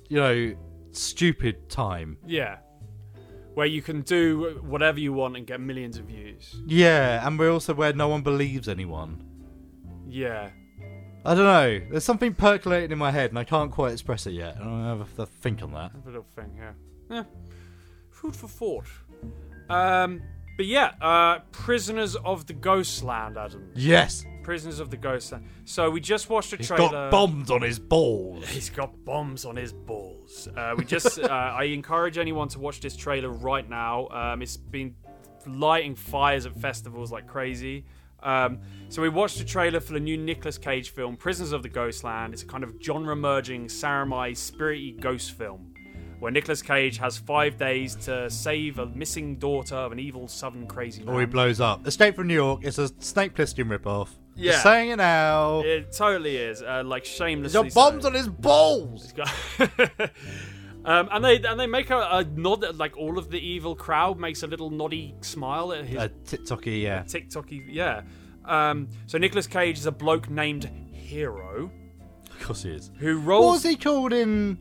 S1: you know, stupid time.
S2: yeah, where you can do whatever you want and get millions of views.
S1: Yeah, and we're also where no one believes anyone.
S2: Yeah.
S1: I don't know. There's something percolating in my head, and I can't quite express it yet. I don't have to think on that.
S2: Have a little thing, yeah. Yeah. Food for thought. Um, but yeah, uh, Prisoners of the Ghostland, Adam.
S1: Yes,
S2: Prisoners of the Ghostland. So we just watched a
S1: he's
S2: trailer.
S1: got bombs on his balls.
S2: He's got bombs on his balls. Uh, we just. uh, I encourage anyone to watch this trailer right now. Um, it's been lighting fires at festivals like crazy. Um, so we watched a trailer for the new Nicolas Cage film, Prisoners of the Ghostland. It's a kind of genre-merging, samurai, spirity ghost film, where Nicolas Cage has five days to save a missing daughter of an evil southern crazy man.
S1: Or Oh, he blows up. Escape from New York. It's a Snake Plissken ripoff.
S2: Yeah.
S1: Just saying it now.
S2: It totally is. Uh, like
S1: He's
S2: shamelessly.
S1: got bombs
S2: so.
S1: on his balls.
S2: um, and they and they make a, a nod at like all of the evil crowd makes a little noddy smile at his
S1: A TikToky, yeah.
S2: TikToky yeah. Um, so Nicolas Cage is a bloke named Hero
S1: Of course he is.
S2: who
S1: What was
S2: rolls.
S1: he called in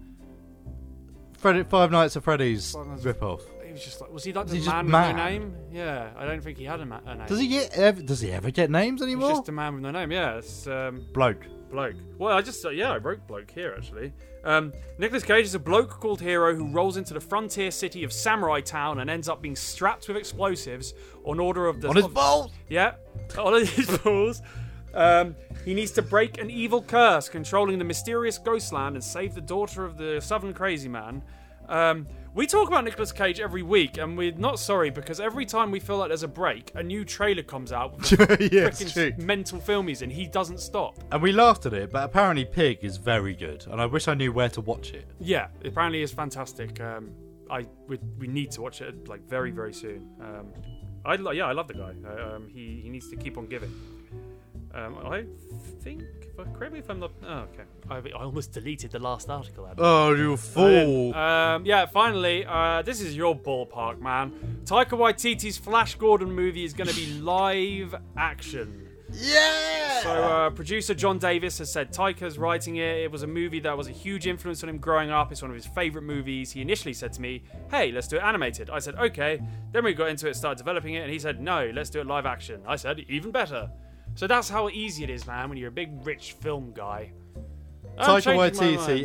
S1: Fred- Five Nights at Freddy's
S2: Nights-
S1: ripoff?
S2: He was just like, was he like the
S1: he just
S2: man,
S1: mad?
S2: with no name? Yeah, I don't think he had a, ma- a name.
S1: Does he get? Ev- does he ever get names
S2: He's
S1: anymore?
S2: just a man with no name. Yeah, it's um,
S1: bloke.
S2: bloke. Well, I just uh, yeah, I wrote bloke here actually. Um, Nicholas Cage is a bloke called Hero who rolls into the frontier city of Samurai Town and ends up being strapped with explosives on order of the
S1: On his
S2: of-
S1: balls.
S2: Yeah, on his balls. Um, he needs to break an evil curse controlling the mysterious Ghostland and save the daughter of the Southern Crazy Man. Um, we talk about Nicolas Cage every week, and we're not sorry because every time we feel like there's a break, a new trailer comes out with
S1: yeah,
S2: a
S1: it's true.
S2: freaking mental film he's in. He doesn't stop.
S1: And we laughed at it, but apparently Pig is very good, and I wish I knew where to watch it.
S2: Yeah, apparently it's fantastic. Um, I we, we need to watch it like very very soon. Um, I lo- yeah, I love the guy. Uh, um, he he needs to keep on giving. Um, I think, if- correct me if I'm not. Oh, okay. I, I almost deleted the last article. Adam.
S1: Oh, you fool!
S2: Um, yeah, finally, uh, this is your ballpark, man. Taika Waititi's Flash Gordon movie is going to be live action.
S1: yeah.
S2: So, uh, producer John Davis has said Taika's writing it. It was a movie that was a huge influence on him growing up. It's one of his favorite movies. He initially said to me, Hey, let's do it animated. I said, Okay. Then we got into it, started developing it, and he said, No, let's do it live action. I said, Even better. So that's how easy it is, man, when you're a big, rich film guy. I'm
S1: Taika
S2: changing my mind.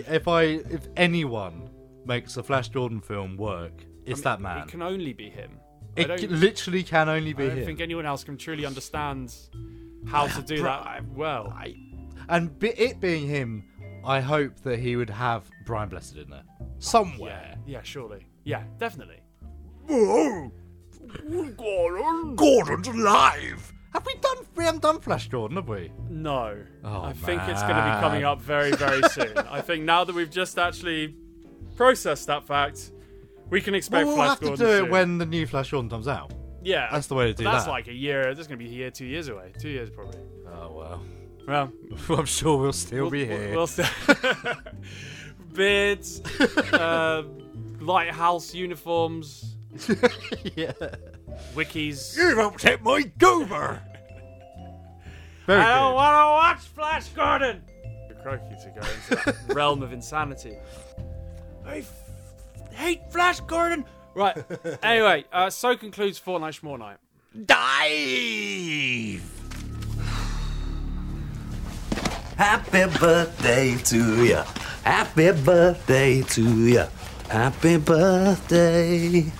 S1: Waititi, if I, if anyone makes a Flash Jordan film work, it's that man.
S2: It can only be him. I
S1: It
S2: don't-
S1: c- literally can only be
S2: I don't
S1: him.
S2: think anyone else can truly understand how to do that well.
S1: I- and be, it being him, I hope that he would have Brian Blessed in there somewhere.
S2: Yeah, surely. Yeah, definitely.
S1: Gordon's alive. Have we done? We haven't done Flash Gordon, have we?
S2: No.
S1: Oh,
S2: I think it's going to be coming
S1: man.
S2: up very, very soon. I think now that we've just actually processed that fact, we can expect
S1: Well, we'll
S2: Flash
S1: have to
S2: Gordon
S1: do it
S2: soon.
S1: when the new Flash Gordon comes out.
S2: Yeah,
S1: that's the way to do
S2: That's
S1: that.
S2: like a year. That's going to be a year, two years away. Two years probably.
S1: Oh well.
S2: Well,
S1: I'm sure we'll still
S2: we'll,
S1: be
S2: we'll-
S1: here.
S2: We'll st- Beards, uh, lighthouse uniforms,
S1: yeah.
S2: wikis.
S1: You won't hit my goober. Very
S2: I don't
S1: good.
S2: want to watch Flash Gordon. Croaky to go into that realm of insanity. I f- hate Flash Gordon. Right. Anyway, uh, so concludes Fortnite Schmore Night.
S1: Dive.
S8: Happy birthday to ya. Happy birthday to ya. Happy birthday.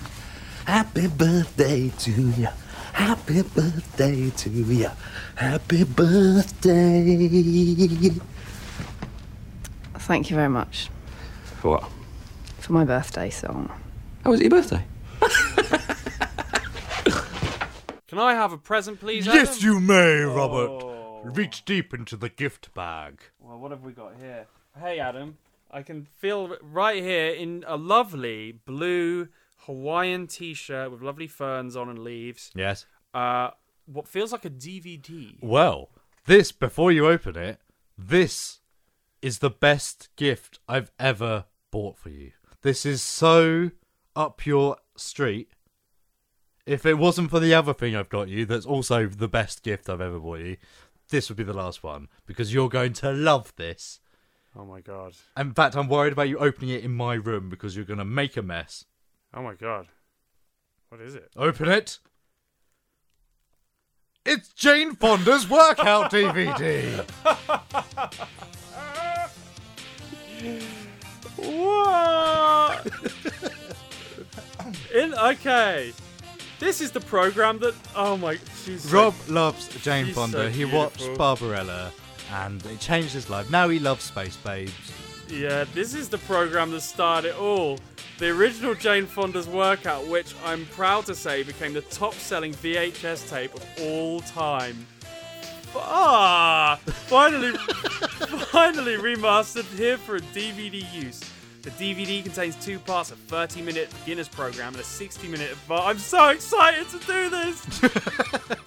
S8: Happy birthday to ya. Happy birthday to ya. Happy birthday.
S9: Thank you very much
S8: For what?
S9: for my birthday song.
S8: How was it your birthday?
S2: Can I have a present, please?
S1: Yes,
S2: Adam?
S1: you may, Robert. Reach deep into the gift bag.
S2: Well, what have we got here? Hey, Adam. I can feel right here in a lovely blue Hawaiian t-shirt with lovely ferns on and leaves.
S1: Yes.
S2: Uh, what feels like a DVD.
S1: Well, this before you open it, this is the best gift I've ever bought for you. This is so up your street. If it wasn't for the other thing I've got you, that's also the best gift I've ever bought you, this would be the last one because you're going to love this.
S2: Oh my god.
S1: In fact, I'm worried about you opening it in my room because you're going to make a mess.
S2: Oh my god. What is it?
S1: Open it. It's Jane Fonda's workout DVD.
S2: What? in okay. This is the program that. Oh my. She's
S1: Rob loves Jane
S2: She's
S1: Fonda.
S2: so
S1: he
S2: beautiful.
S1: watched Barbarella and it changed his life. Now he loves Space Babes.
S2: Yeah, this is the program that started it all. The original Jane Fonda's workout, which I'm proud to say became the top-selling VHS tape of all time. Ah, finally, finally remastered here for DVD use. The DVD contains two parts: a 30-minute beginner's program and a 60-minute. Adva- I'm so excited to do this.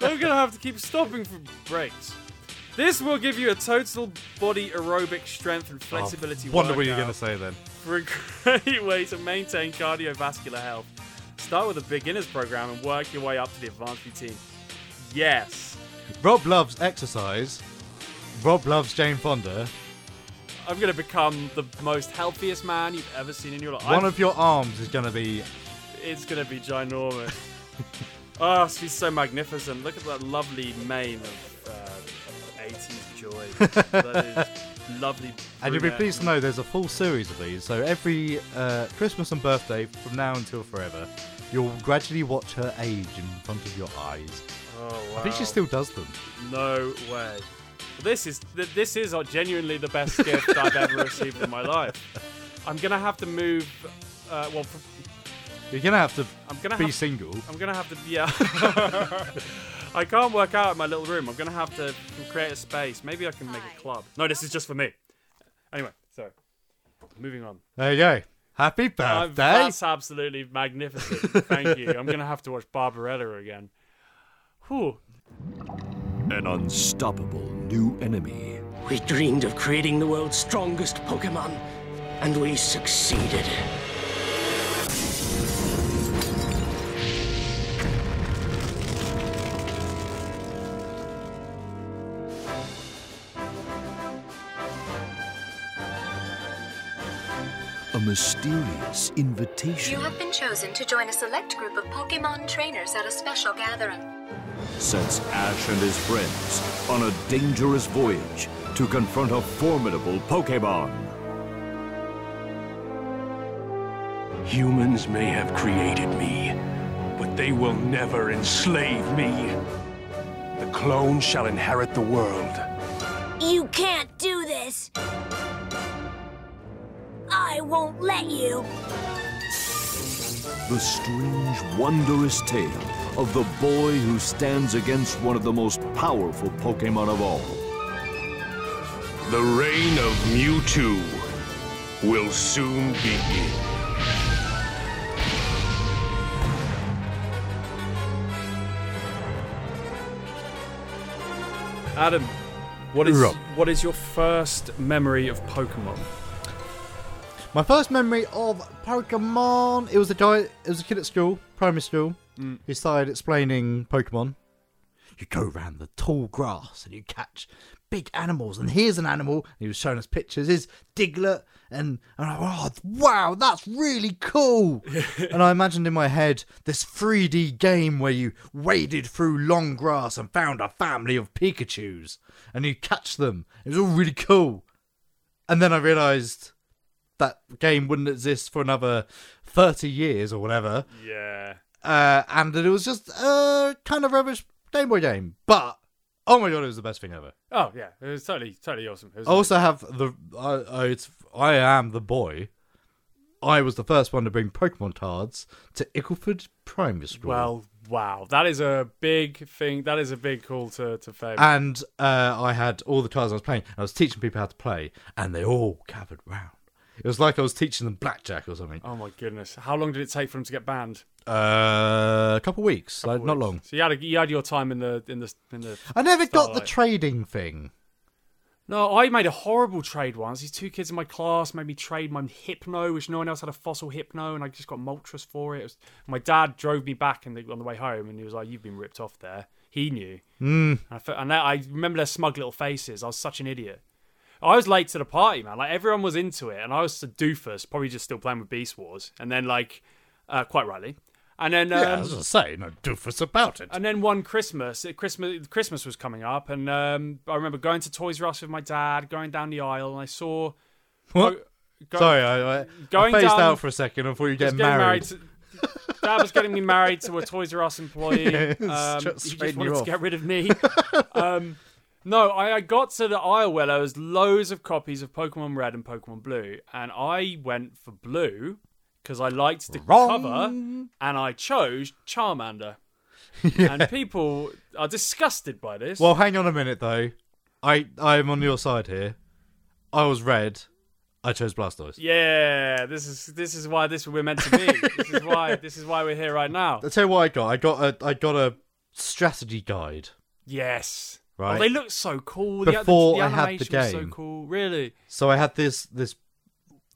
S2: I'm gonna have to keep stopping for breaks. This will give you a total body aerobic strength and flexibility.
S1: Oh, wonder what you're
S2: workout
S1: going to say then.
S2: for a great way to maintain cardiovascular health. Start with a beginner's program and work your way up to the advanced routine. Yes.
S1: Rob loves exercise. Rob loves Jane Fonda.
S2: I'm going to become the most healthiest man you've ever seen in your life.
S1: One of your arms is going to be.
S2: it's going to be ginormous. oh, she's so magnificent. Look at that lovely mane of uh, 80s joy. that is lovely.
S1: And you'll be
S2: brunette.
S1: pleased to know there's a full series of these. So every uh, Christmas and birthday, from now until forever, you'll gradually watch her age in front of your eyes.
S2: Oh, wow.
S1: I think she still does them.
S2: No way. This is th- this is uh, genuinely the best gift I've ever received in my life. I'm gonna have to move. Uh, well, f-
S1: You're going to have to
S2: I'm gonna
S1: be
S2: have-
S1: single.
S2: I'm gonna have to. Yeah. I can't work out in my little room. I'm gonna have to create a space. Maybe I can make a club. No, this is just for me. Anyway, so moving on.
S1: There you go. Happy
S2: Uh,
S1: birthday.
S2: that's absolutely magnificent. Thank you. I'm gonna have to watch Barbarella again. Whew.
S10: An unstoppable new enemy.
S6: We dreamed of creating the world's strongest Pokemon, and we succeeded.
S10: A mysterious invitation.
S11: You have been chosen to join a select group of Pokemon trainers at a special gathering.
S10: sets Ash and his friends on a dangerous voyage to confront a formidable Pokemon.
S6: Humans may have created me, but they will never enslave me. The clone shall inherit the world.
S12: You can't do this! I won't let you!
S10: The strange, wondrous tale of the boy who stands against one of the most powerful Pokemon of all.
S6: The reign of Mewtwo will soon begin.
S2: Adam, what is
S1: Rob.
S2: what is your first memory of Pokemon?
S1: My first memory of Pokemon, it was a guy, it was a kid at school, primary school.
S2: Mm.
S1: He started explaining Pokemon. You go around the tall grass and you catch big animals, and here's an animal. And he was showing us pictures. Here's Diglett, and and I went, oh, wow, that's really cool. and I imagined in my head this 3D game where you waded through long grass and found a family of Pikachu's, and you catch them. It was all really cool. And then I realised that game wouldn't exist for another 30 years or whatever.
S2: Yeah.
S1: Uh, and that it was just a kind of rubbish Game Boy game. But, oh my god, it was the best thing ever.
S2: Oh yeah, it was totally totally awesome. It was
S1: I also have the. I, I, it's, I am the boy. I was the first one to bring Pokemon cards to Ickleford Primary School.
S2: well, wow, that is a big thing. That is a big call to to fame.
S1: and uh, I had all the cards I was playing. I was teaching people how to play, and they all gathered round. It was like I was teaching them blackjack or something.
S2: oh my goodness, how long did it take for him to get banned?
S1: Uh, a couple weeks, like, not long.
S2: So you had a, you had your time in the in the in the.
S1: I never got the
S2: starlight.
S1: trading thing.
S2: No, I made a horrible trade once. These two kids in my class made me trade my hypno, which no one else had a fossil hypno, and I just got Moltres for it. it was, my dad drove me back in the, on the way home, and he was like, "You've been ripped off there." He knew.
S1: Mm.
S2: And I, fe- and I I remember their smug little faces. I was such an idiot. I was late to the party, man. Like everyone was into it, and I was a doofus, probably just still playing with Beast Wars. And then, like, uh, quite rightly. And then, um,
S1: yeah, as I say, no doofus about it.
S2: and then one Christmas, it- Christmas, Christmas was coming up, and um, I remember going to Toys R Us with my dad, going down the aisle, and I saw.
S1: What?
S2: go-
S1: Sorry, I, I,
S2: going
S1: I phased
S2: down-
S1: out for a second. I thought you were
S2: Just
S1: getting married.
S2: to- Dad was getting me married to a Toys R Us employee.
S1: Yeah, it's
S2: um,
S1: just
S2: he just
S1: straightened
S2: wanted
S1: you
S2: to
S1: off.
S2: get rid of me. um, no, I, I got to the aisle where there was loads of copies of Pokemon Red and Pokemon Blue, and I went for Blue because I liked the cover, and I chose Charmander. And people are disgusted by this.
S1: Well, hang on a minute though. I I am on your side here. I was red. I chose Blastoise.
S2: yeah, this is this is why this we're meant to be. this is why this is why we're here right now.
S1: I'll tell you what I got. I got a I got a strategy guide.
S2: Yes.
S1: Right.
S2: Oh, they look so cool. The- the-
S1: Before
S2: the
S1: I had the
S2: animation was so
S1: game.
S2: cool. Really.
S1: So I had this this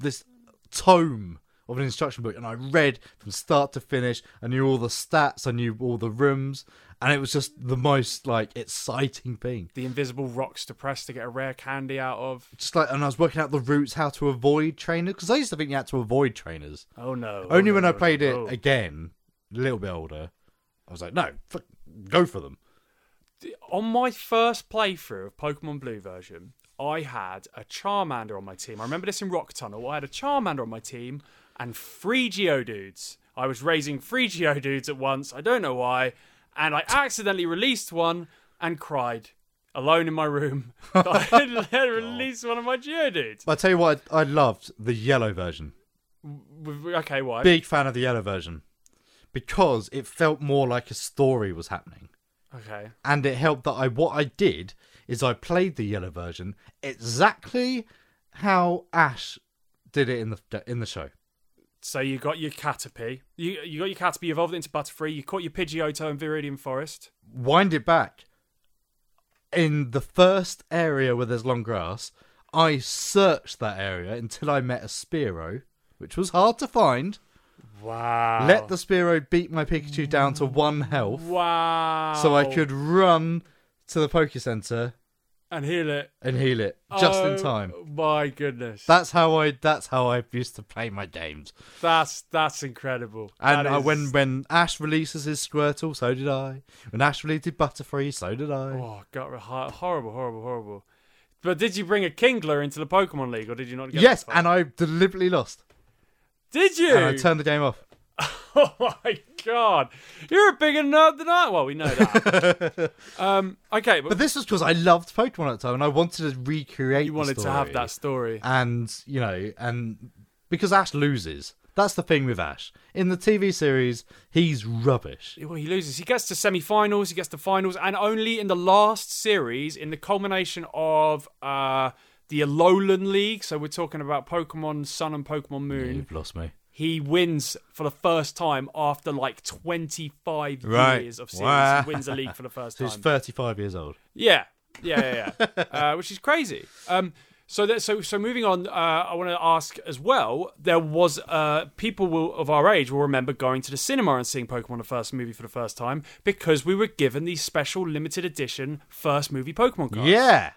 S1: this tome of an instruction book, and I read from start to finish. I knew all the stats. I knew all the rooms, and it was just the most like exciting thing.
S2: The invisible rocks to press to get a rare candy out of.
S1: Just like, and I was working out the routes how to avoid trainers because I used to think you had to avoid trainers.
S2: Oh no.
S1: Only
S2: Oh,
S1: when
S2: no,
S1: I
S2: no,
S1: played it
S2: no.
S1: again, a little bit older, I was like, no, fuck, go for them.
S2: On my first playthrough of Pokemon Blue version, I had a Charmander on my team. I remember this in Rock Tunnel. I had a Charmander on my team and three Geodudes. I was raising three Geodudes at once. I don't know why. And I accidentally released one and cried alone in my room. I had released one of my Geodudes.
S1: But I tell you what, I, I loved the yellow version.
S2: W- Okay, why?
S1: Big fan of the yellow version because it felt more like a story was happening,
S2: Okay.
S1: and it helped that I what I did is I played the yellow version exactly how Ash did it in the in the show.
S2: So you got your Caterpie. You you got your Caterpie, you evolved it into Butterfree, you caught your Pidgeotto in Viridian Forest.
S1: wind it back in the first area where there's long grass i searched that area until i met a spearow which was hard to find
S2: Wow.
S1: let the spearow beat my pikachu down to one health
S2: Wow.
S1: so i could run to the poke center
S2: and heal it
S1: and heal it just in
S2: Oh,
S1: time
S2: My goodness.
S1: that's how i that's how i used to play my games
S2: That's that's incredible.
S1: and
S2: That
S1: uh,
S2: is-
S1: when when ash releases his squirtle so did i when ash released butterfree so did i
S2: Oh god, ho- horrible, horrible, horrible. But did you bring a Kingler into the Pokemon League or did you not get
S1: yes
S2: that far?
S1: and i deliberately lost
S2: Did you?
S1: and i turned the game off
S2: Oh my god. You're a bigger nerd than I Well, we know that. um okay, but,
S1: But this was because I loved Pokemon at the time, and I wanted to recreate.
S2: you wanted
S1: the
S2: to have
S1: story.
S2: that story.
S1: and you know, and because Ash loses, That's the thing with Ash. In the TV series, he's rubbish.
S2: Well, he loses. He gets to semi-finals. He gets to finals, and only in the last series, in the culmination of uh, the Alolan League. So we're talking about Pokemon Sun and Pokemon Moon.
S1: You've lost me.
S2: He wins for the first time after like 25
S1: Right.
S2: years of series.
S1: Wow.
S2: He wins a league for the first
S1: So
S2: time.
S1: he's 35 years old.
S2: Yeah, yeah, yeah, yeah. uh, which is crazy. Um, so that so so moving on, uh, I want to ask as well. There was uh, people will, of our age will remember going to the cinema and seeing Pokemon the first movie for the first time because we were given these special limited edition first movie Pokemon cards.
S1: Yeah.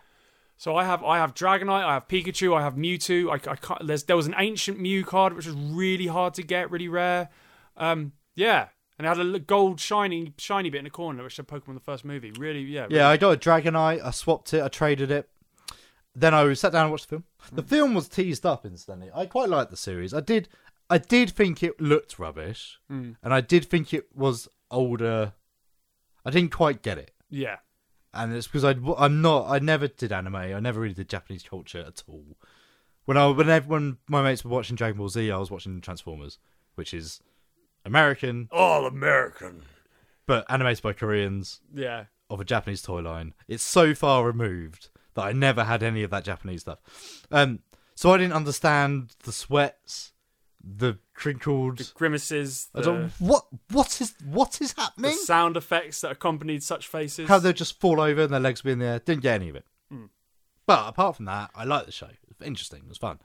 S2: So I have I have Dragonite, I have Pikachu, I have Mewtwo. I, I can't, there's, there was an ancient Mew card which was really hard to get, really rare. Um, yeah, and it had a l- gold shiny shiny bit in the corner which said Pokemon the first movie. Really, yeah, really
S1: Yeah, I got a Dragonite. I swapped it. I traded it. Then I sat down and watched the film. The film was teased up instantly. I quite liked the series. I did. I did think it looked rubbish,
S2: Mm.
S1: and I did think it was older. I didn't quite get it,
S2: Yeah.
S1: and it's because I I'm not. I never did anime. I never really did Japanese culture at all. When I when everyone my mates were watching Dragon Ball Z, I was watching Transformers, which is American,
S6: All American.
S1: but animated by Koreans.
S2: Yeah.
S1: of a Japanese toy line. It's so far removed that I never had any of that Japanese stuff. Um, so I didn't understand the sweats, the crinkled.
S2: grimaces. The,
S1: I don't, what what is what is happening?
S2: the sound effects that accompanied such faces.
S1: How they just fall over and their legs be in the air. Didn't get any of it.
S2: Mm.
S1: But apart from that, I liked the show. It was interesting. It was fun.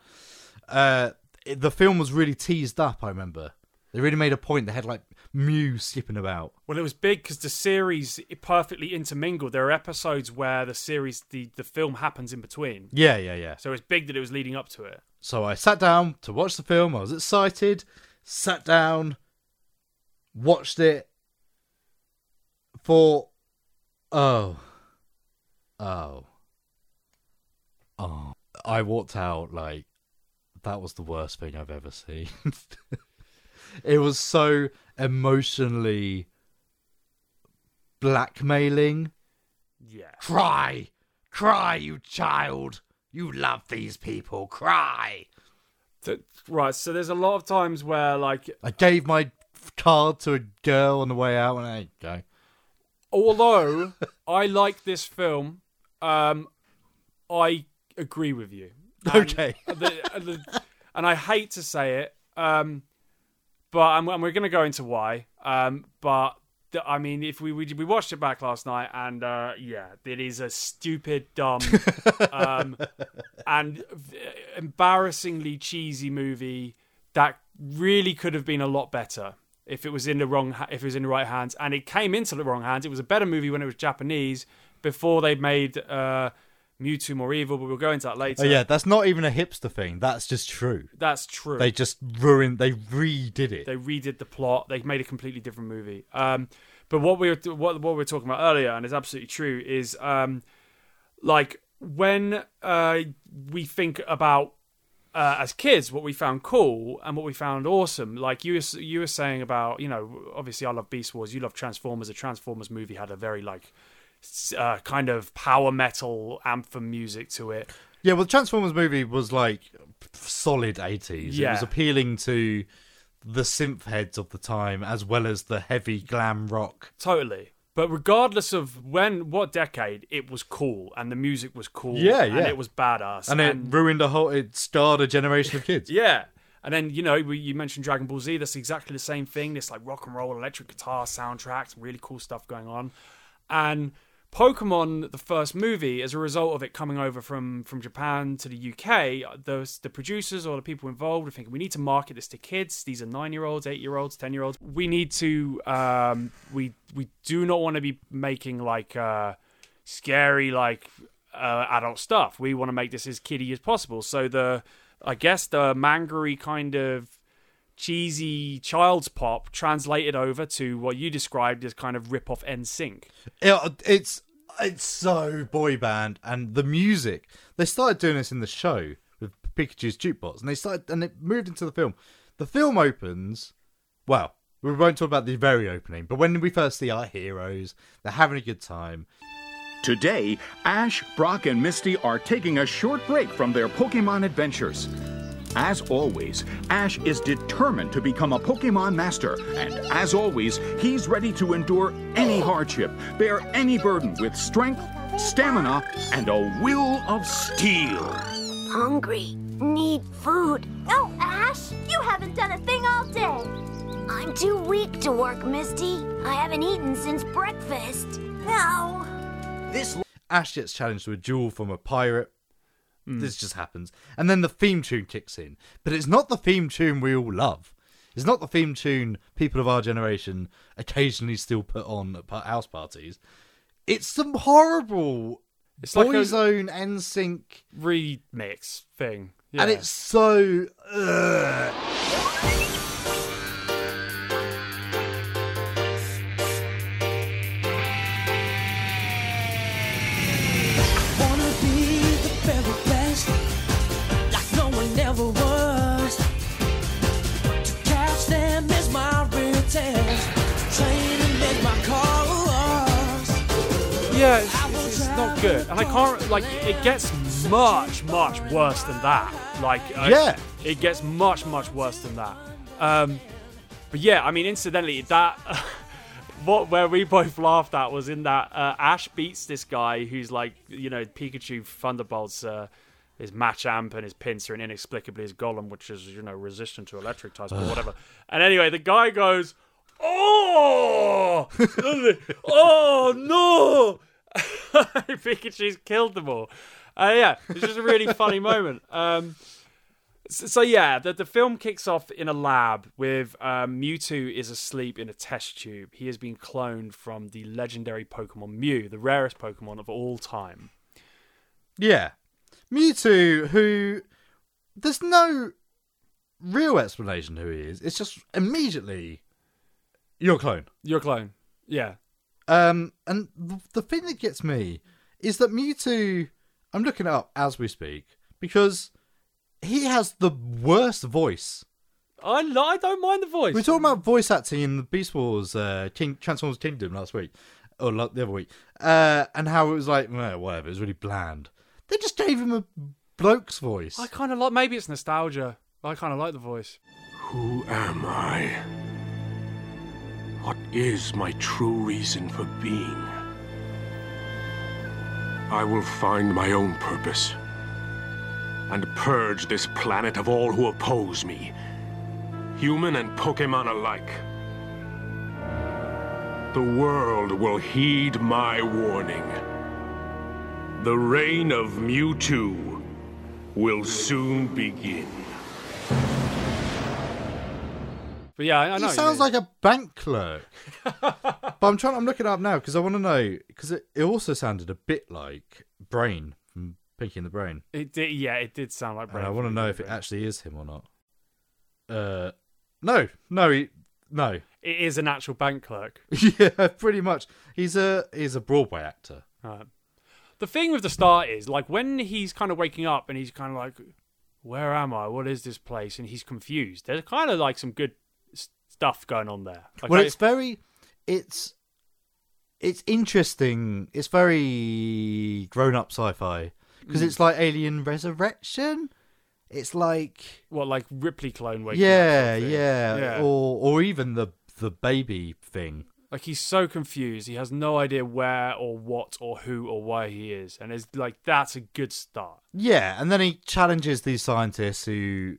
S1: Uh, it- the film was really teased up. I remember they really made a point. They had like Mew skipping about.
S2: Well, it was big because the series it perfectly intermingled. There are episodes where the series, the the film happens in between.
S1: Yeah, yeah, yeah.
S2: So it's big that it was leading up to it.
S1: So I sat down to watch the film. I was excited. Sat down, watched it. For oh, oh, oh! I walked out like that was the worst thing I've ever seen. it was so emotionally blackmailing.
S2: Yeah.
S1: Cry, cry, you child. You love these people. Cry.
S2: right. So there's a lot of times where like
S1: I gave my card to a girl on the way out, and I go.
S2: although I like this film, um, I agree with you. And
S1: Okay.
S2: the- and the- and I hate to say it, um, but and, and we're going to go into why. Um, but the, I mean, if we, we we watched it back last night, and uh, yeah, it is a stupid, dumb, um, and v- embarrassingly cheesy movie that really could have been a lot better if it was in the wrong ha- if it was in the right hands and it came into the wrong hands it was a better movie when it was japanese before they made uh mewtwo more evil but we'll go into that later
S1: Oh yeah, that's not even a hipster thing. That's just true.
S2: that's true
S1: They just ruined. They redid it.
S2: They redid the plot. They made a completely different movie. Um, but what we were what, what we were talking about earlier, and it's absolutely true, is um, like when uh, we think about uh, as kids what we found cool and what we found awesome. Like you were- you were saying about you know obviously I love Beast Wars. You love Transformers. A Transformers movie had a very like s- uh, kind of power metal anthem music to it.
S1: Yeah, well, the Transformers movie was like solid eighties. It
S2: Yeah.
S1: was appealing to the synth heads of the time, as well as the heavy glam rock.
S2: Totally. But regardless of when, what decade, it was cool and the music was cool.
S1: Yeah,
S2: And
S1: yeah.
S2: it was badass.
S1: And it ruined a whole. It scarred a generation of kids.
S2: yeah. And then, you know, we, you mentioned Dragon Ball Z. That's exactly the same thing. This like rock and roll, electric guitar soundtracks, really cool stuff going on. And Pokemon, the first movie, as a result of it coming over from, from Japan to the UK, the, the producers or the people involved were thinking, we need to market this to kids. These are nine year olds, eight year olds, 10 year olds. We need to, um, we, we do not want to be making like, uh, scary like uh, adult stuff. We want to make this as kiddie as possible. So the I guess the mangery kind of cheesy child's pop translated over to what you described as kind of rip off NSYNC.
S1: It- it's it's so boy band and the music. They started doing this in the show with Pikachu's jukebox, and they started and it moved into the film. The film opens. Well, we won't talk about the very opening, but when we first see our heroes, they're having a good time.
S13: Today, Ash, Brock, and Misty are taking a short break from their Pokemon adventures. As always, Ash is determined to become a Pokemon master, and as always, he's ready to endure any hardship, bear any burden with strength, stamina, and a will of steel.
S12: Hungry. Need food. No, Ash! You haven't done a thing all day. I'm too weak to work, Misty. I haven't eaten since breakfast. No.
S1: This Ash gets challenged to a duel from a pirate.
S2: Hmm.
S1: This just happens. And then the theme tune kicks in. But it's not the theme tune we all love. It's not the theme tune people of our generation occasionally still put on at pa- house parties. It's some horrible
S2: It's like a-
S1: Boyzone NSYNC
S2: remix thing.
S1: And
S2: Yeah.
S1: it's so. Ugh.
S14: Wanna be the very best, like no one ever was. To catch them is my real test. Training is my cause.
S2: Yeah, it's, it's, it's not good. And I can't, like, it gets much, much worse than that. Like, uh,
S1: Yeah.
S2: It gets much, much worse than that. Um, but yeah, I mean, incidentally, that. What where we both laughed at was in that uh, Ash beats this guy who's like you know Pikachu Thunderbolts uh, his Machamp and his Pinsir and inexplicably his Golem which is you know resistant to electric types or whatever and anyway the guy goes oh oh no Pikachu's killed them all. Uh, yeah, it's just a really funny moment. Um, so, so yeah, the, the film kicks off in a lab with um, Mewtwo is asleep in a test tube. He has been cloned from the legendary Pokemon Mew, the rarest Pokemon of all time.
S1: Yeah. Mewtwo, who. There's no real explanation who he is. It's just immediately. Your clone.
S2: Your clone. Yeah.
S1: Um, and the, the thing that gets me is that Mewtwo. I'm looking it up as we speak because he has the worst voice.
S2: I, I don't mind the voice.
S1: We were talking about voice acting in the Beast Wars uh, King, Transformers Kingdom last week, or la- the other week, uh, and how it was like, well, whatever, it was really bland. They just gave him a bloke's voice.
S2: I kind of like. Maybe it's nostalgia. I kind of like the voice.
S6: Who am I? What is my true reason for being? I will find my own purpose and purge this planet of all who oppose me, human and Pokemon alike. The world will heed my warning. The reign of Mewtwo will soon begin.
S2: But yeah, I, I know.
S1: he sounds like a bank clerk. but I'm trying. I'm looking it up now because I want to know because it, it also sounded a bit like Brain from Pinky and the Brain.
S2: It did, yeah, it did sound like.
S1: And I
S2: Brave.
S1: want to know if it actually is him or not. Uh, no, no, he, no.
S2: It is an actual bank clerk.
S1: yeah, pretty much. He's a he's a Broadway actor.
S2: Right. The thing with the start is like when he's kind of waking up and he's kind of like, "Where am I? What is this place?" and he's confused. There's kind of like some good s- stuff going on there. Like,
S1: well,
S2: I-
S1: it's very, it's, it's interesting. It's very grown-up sci-fi because
S2: Mm.
S1: it's like Alien Resurrection. It's like
S2: what like Ripley clone waking
S1: yeah,
S2: up. sort of thing.
S1: yeah,
S2: yeah.
S1: or or even the the baby thing.
S2: Like he's so confused. He has no idea where or what or who or why he is, and it's like that's a good start.
S1: Yeah, and then he challenges these scientists who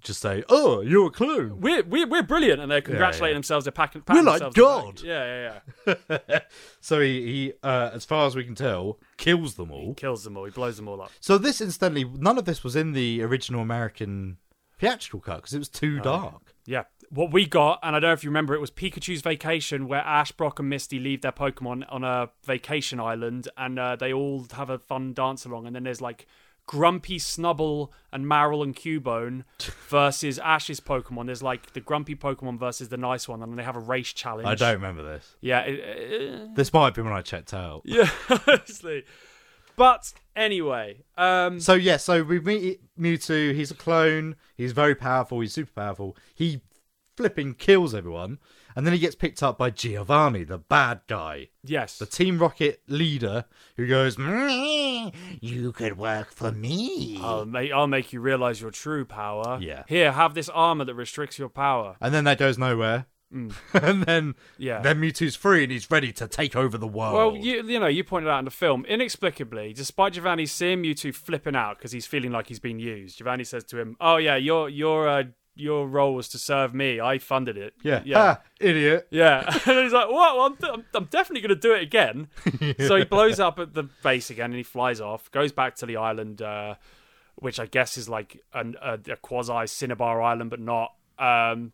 S1: just say, "Oh, you're a clone."
S2: We're we're, we're brilliant, and they're congratulating
S1: yeah.
S2: themselves. They're packing.
S1: We're
S2: patting
S1: like
S2: themselves on the back.
S1: God.
S2: Yeah, yeah, yeah.
S1: so he, he uh, as far as we can tell, kills them all.
S2: Kills them all. He blows them all up.
S1: So this, incidentally, none of this was in the original American theatrical cut because it was too dark.
S2: Yeah. What we got, and I don't know if you remember, it was Pikachu's Vacation, where Ash, Brock, and Misty leave their Pokemon on a vacation island, and uh, they all have a fun dance along. And then there's like Grumpy, Snubble, and Marill and Cubone versus Ash's Pokemon. There's like the Grumpy Pokemon versus the nice one, and then they have a race challenge.
S1: I don't remember this.
S2: Yeah. it- uh,
S1: This might have been when I checked out.
S2: yeah. Honestly. But anyway, um,
S1: So yeah, so we meet Mewtwo. He's a clone. He's very powerful. He's super powerful. He flipping kills everyone, And then he gets picked up by Giovanni, the bad guy.
S2: Yes.
S1: The Team Rocket leader who goes, "Meh, You could work for me.
S2: I'll make, I'll make you realize your true power.
S1: Yeah.
S2: Here, have this armor that restricts your power.
S1: And then that goes nowhere.
S2: Mm.
S1: and then
S2: Yeah.
S1: then Mewtwo's free and he's ready to take over the world.
S2: Well, you, you know, you pointed out in the film, inexplicably, despite Giovanni seeing Mewtwo flipping out because he's feeling like he's been used, Giovanni says to him, "Oh yeah, your your uh, your role was to serve me. I funded it.
S1: yeah.
S2: yeah,
S1: Ah, idiot.
S2: yeah." and he's like, "What? Well, I'm, I'm, I'm definitely going to do it again." So he blows up at the base again, and he flies off, goes back to the island, uh, which I guess is like an, a, a quasi Cinnabar island, but not. Um,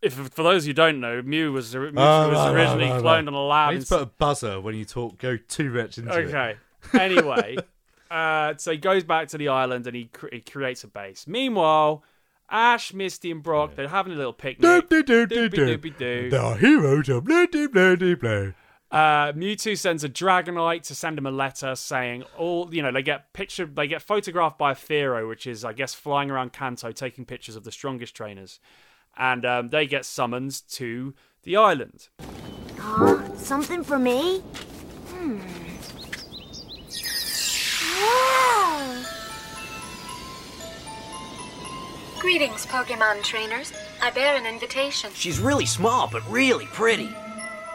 S2: if for those who don't know, Mew was, Mewtwo
S1: Oh,
S2: was
S1: right, right,
S2: originally
S1: right,
S2: cloned
S1: right.
S2: on a lab.
S1: I
S2: in
S1: need to put a buzzer when you talk. Go two reps into it.
S2: Okay. Anyway, uh, so he goes back to the island and he, cr- he creates a base. Meanwhile, Ash, Misty, and Brock they're having a little picnic.
S1: Doop-de-doop-de-doo.
S2: Doopy-doopy-doo.
S1: The heroes of bloody bloody blow.
S2: Uh, Mewtwo sends a Dragonite to send him a letter saying all you know they get pictured they get photographed by a Pharaoh, which is I guess flying around Kanto taking pictures of the strongest trainers, and um, they get summoned to the island.
S12: Huh? Something for me? Hmm. Wow!
S11: Greetings, Pokemon trainers. I bear an invitation.
S15: She's really small, Oh, but really pretty.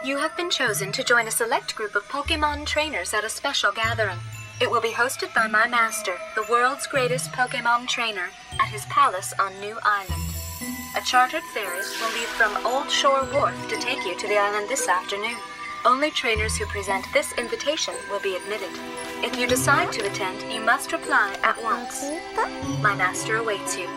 S11: You have been chosen to join a select group of Pokemon trainers at a special gathering. It will be hosted by my master, the world's greatest Pokemon trainer, at his palace on New Island. A chartered ferry will leave from Old Shore Wharf to take you to the island this afternoon. Only trainers who present this invitation will be admitted. If you decide to attend, you must reply at once. My master awaits you.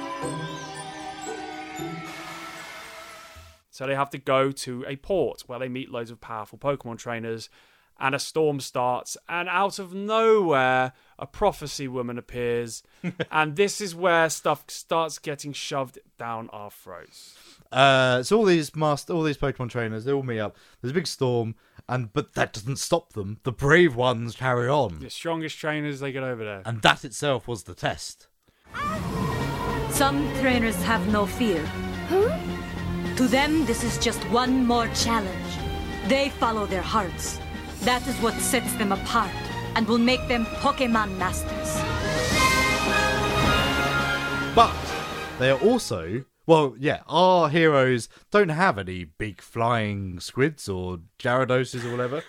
S2: So they have to go to a port where they meet loads of powerful Pokemon trainers, and a storm starts. And out of nowhere, a prophecy woman appears, and this is where stuff starts getting shoved down our throats.
S1: Uh, so all these master, all these Pokemon trainers, they all meet up. There's a big storm, and but that doesn't stop them. The brave ones carry on,
S2: The strongest trainers they get over there.
S1: and that itself was the test.
S16: Some trainers have no fear. To them, this is just one more challenge. They follow their hearts. That is what sets them apart and will make them Pokemon masters.
S1: But they are also, well, yeah, our heroes don't have any big flying squids or Gyarados or whatever.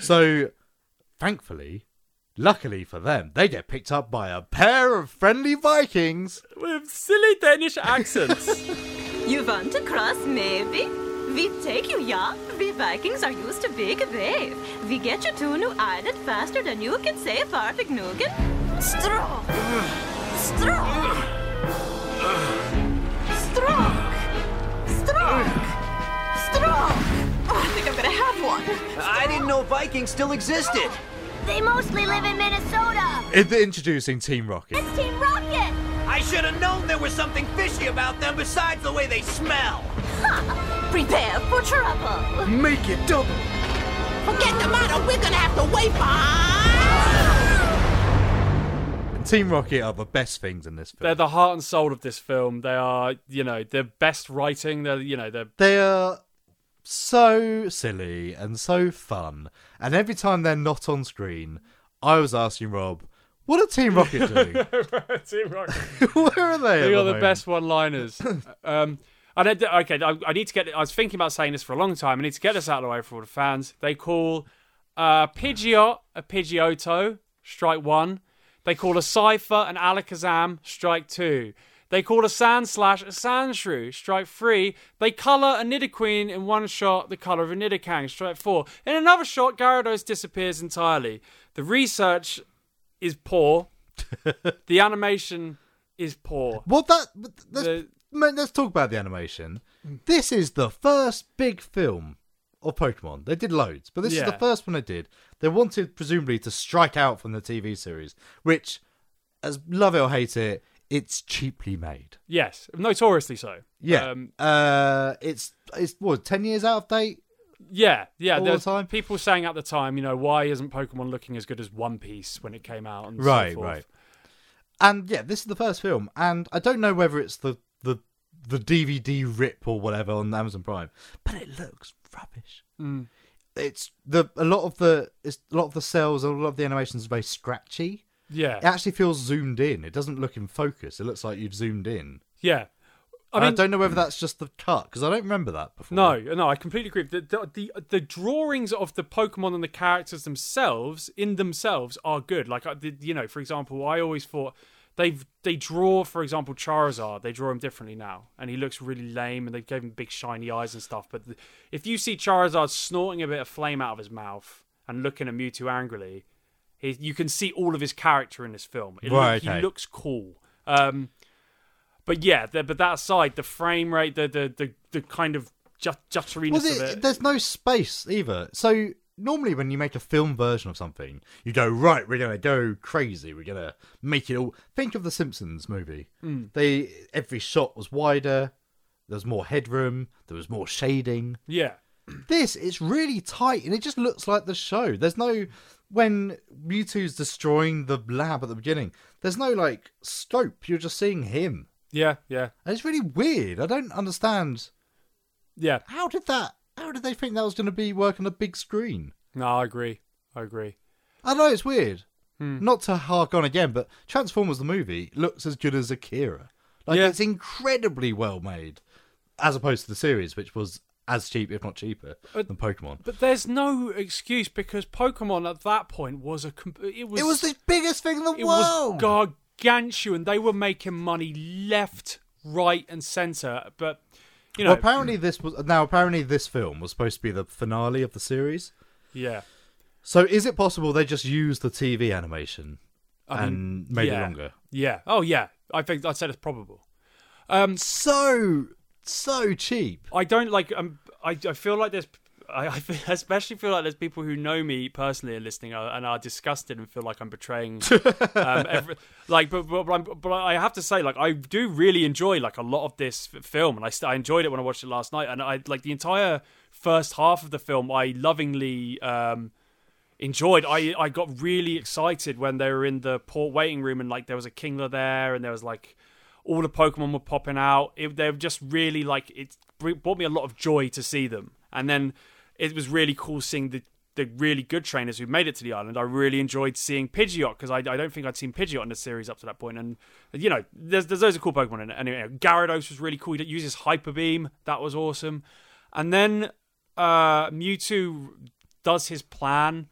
S1: so, thankfully, luckily for them, they get picked up by a pair of friendly Vikings.
S2: With silly Danish accents.
S16: You want to cross, maybe? We take you, yeah. We Vikings are used to big wave. We get you to New Island faster than you can say Farfignugan. Straw! Straw! Straw! Straw! Straw!
S15: I think I'm gonna have one. I didn't know Vikings still existed.
S12: They mostly live in Minnesota!
S1: In- Introducing Team Rocket.
S12: It's Team Rocket!
S15: I should have known there was something fishy about them besides the way they smell.
S16: Prepare for trouble!
S15: Make it double.
S14: Forget the matter, we're gonna have to wait for.
S1: And Team Rocket are the best things in this film.
S2: They're the heart and soul of this film. They are, you know, the best writing. They're, you know, they're
S1: They are so silly and so fun. And every time they're not on screen, I was asking Rob, what are Team Rocket doing?
S2: Team Rocket.
S1: Where are they? at
S2: They
S1: the
S2: are the
S1: moment?
S2: best one-liners. um, and I, d- okay, I, I need to get. I was thinking about saying this for a long time. I need to get this out of the way for all the fans. They call uh, Pidgeot a Pidgeotto, strike one. They call a Cipher an Alakazam, strike two. They call a Sandslash a Sandshrew, strike three. They colour a Nidoqueen in one shot, the colour of a Nidokang, strike four. In another shot, Gyarados disappears entirely. The research is poor. the animation is poor.
S1: Well, that let's, mate, let's talk about the animation. This is the first big film of Pokemon. They did loads, but this is
S2: Yeah.
S1: the first one they did. They wanted, presumably, to strike out from the TV series, which, as love it or hate it, it's cheaply made.
S2: Yes, notoriously so.
S1: Yeah,
S2: Um,
S1: uh, it's it's what ten years out of date.
S2: yeah, yeah.
S1: All the
S2: there's
S1: time?
S2: people saying at the time, you know, why isn't Pokemon looking as good as One Piece when it came out? And so
S1: Right,
S2: forth.
S1: right. And yeah, this is the first film, and I don't know whether it's the the the DVD rip or whatever on Amazon Prime, but it looks rubbish.
S2: Mm.
S1: It's the a lot of the it's a lot of the cells, a lot of the animations are very scratchy.
S2: Yeah.
S1: it actually feels zoomed in. It doesn't look in focus. It looks like you've zoomed in.
S2: Yeah. I
S1: And I
S2: mean-
S1: don't know whether that's just the cut because I don't remember that before.
S2: No, no, I completely agree. The, the the the drawings of the Pokemon and the characters themselves in themselves are good. Like I did, you know, for example, I always thought they they draw, for example, Charizard. They draw him differently now, and he looks really lame. And they gave him big shiny eyes and stuff. But the, if you see Charizard snorting a bit of flame out of his mouth and looking at Mewtwo angrily, he, you can see all of his character in this film. It look-
S1: Right, okay.
S2: He looks cool. Um, but yeah, the, but that aside, the frame rate, the the the, the kind of jut- jutteriness
S1: Well,
S2: of
S1: there-
S2: it.
S1: there's no space either. So normally, when you make a film version of something, you go right. We're gonna go crazy. We're gonna make it all. Think of the Simpsons movie.
S2: Mm.
S1: They every shot was wider. There was more headroom. There was more shading.
S2: Yeah.
S1: This it's really tight, and it just looks like the show. There's no when Mewtwo's destroying the lab at the beginning. There's no like scope. You're just seeing him.
S2: Yeah, yeah,
S1: and it's really weird. I don't understand.
S2: Yeah.
S1: How did that? How did they think that was going to be work on a big screen?
S2: No, I agree. I agree.
S1: I know it's weird.
S2: Hmm.
S1: Not to hark on again, but Transformers the movie looks as good as Akira. Like it's incredibly well made, as opposed to the series, which was as cheap, if not cheaper,
S2: Uh,
S1: than Pokemon.
S2: But there's no excuse because Pokemon at that point was a comp- it was
S1: It was the biggest thing in the
S2: it
S1: world.
S2: was gargantuan. They were making money left, right, and centre. But you know,
S1: well, apparently this was now apparently this film was supposed to be the finale of the series.
S2: yeah,
S1: So is it possible they just used the TV animation
S2: I mean,
S1: and made
S2: yeah.
S1: it longer?
S2: Yeah. Oh yeah. I think I said it's probable. Um,
S1: so so cheap.
S2: I don't like. Um, I I feel like there's. I, I feel- especially feel like there's people who know me personally are listening uh, and are disgusted and feel like I'm betraying. um, every, like, but but, but, I'm, but I have to say, like, I do really enjoy like a lot of this f- film, and I, st- I enjoyed it when I watched it last night, and I like the entire first half of the film. I lovingly. Um, enjoyed. I I got really excited when they were in the port waiting room and like there was a Kingler there and there was like all the Pokemon were popping out. It, they were just really like it br- brought me a lot of joy to see them. And then it was really cool seeing the the really good trainers who made it to the island. I really enjoyed seeing Pidgeot because I, I don't think I'd seen Pidgeot in the series up to that point. And you know, there's there's loads of cool Pokemon in it. Anyway, Gyarados was really cool. He uses Hyper Beam. That was awesome. And then uh, Mewtwo does his plan,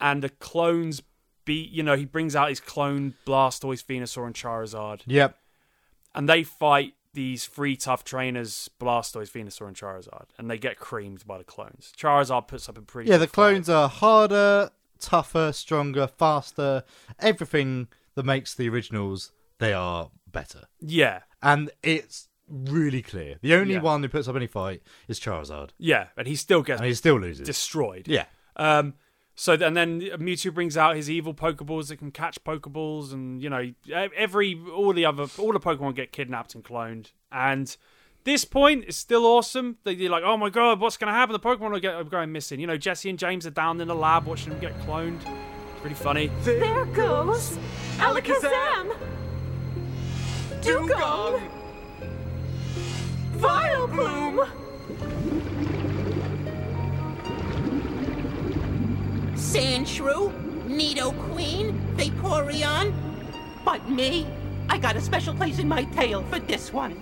S2: and the clones beat. You know, he brings out his clone Blastoise, Venusaur, and Charizard
S1: Yep.
S2: and they fight these three tough trainers Blastoise, Venusaur, and Charizard, and they get creamed by the clones. Charizard puts up a pretty
S1: Yeah, the
S2: good
S1: clones are harder, tougher, stronger, faster. Everything that makes the originals, they are better.
S2: fight. yeah,
S1: And it's really clear. The only
S2: Yeah.
S1: one who puts up any fight is Charizard.
S2: yeah, and he still gets
S1: And he still loses.
S2: destroyed.
S1: Yeah.
S2: Um. So th- and then Mewtwo brings out his evil Pokeballs that can catch Pokeballs, and you know e- every all the other all the Pokemon get kidnapped and cloned. And this point is still awesome. They- They're like, oh my god, what's going to happen? The Pokemon are, get, are going missing. You know, Jesse and James are down in the lab watching them get cloned. It's pretty funny.
S14: There goes Alakazam! Dugong! Vileplume!
S17: Sandshrew, Nido Queen, Vaporeon. But me, I got a special place in my tail for this one.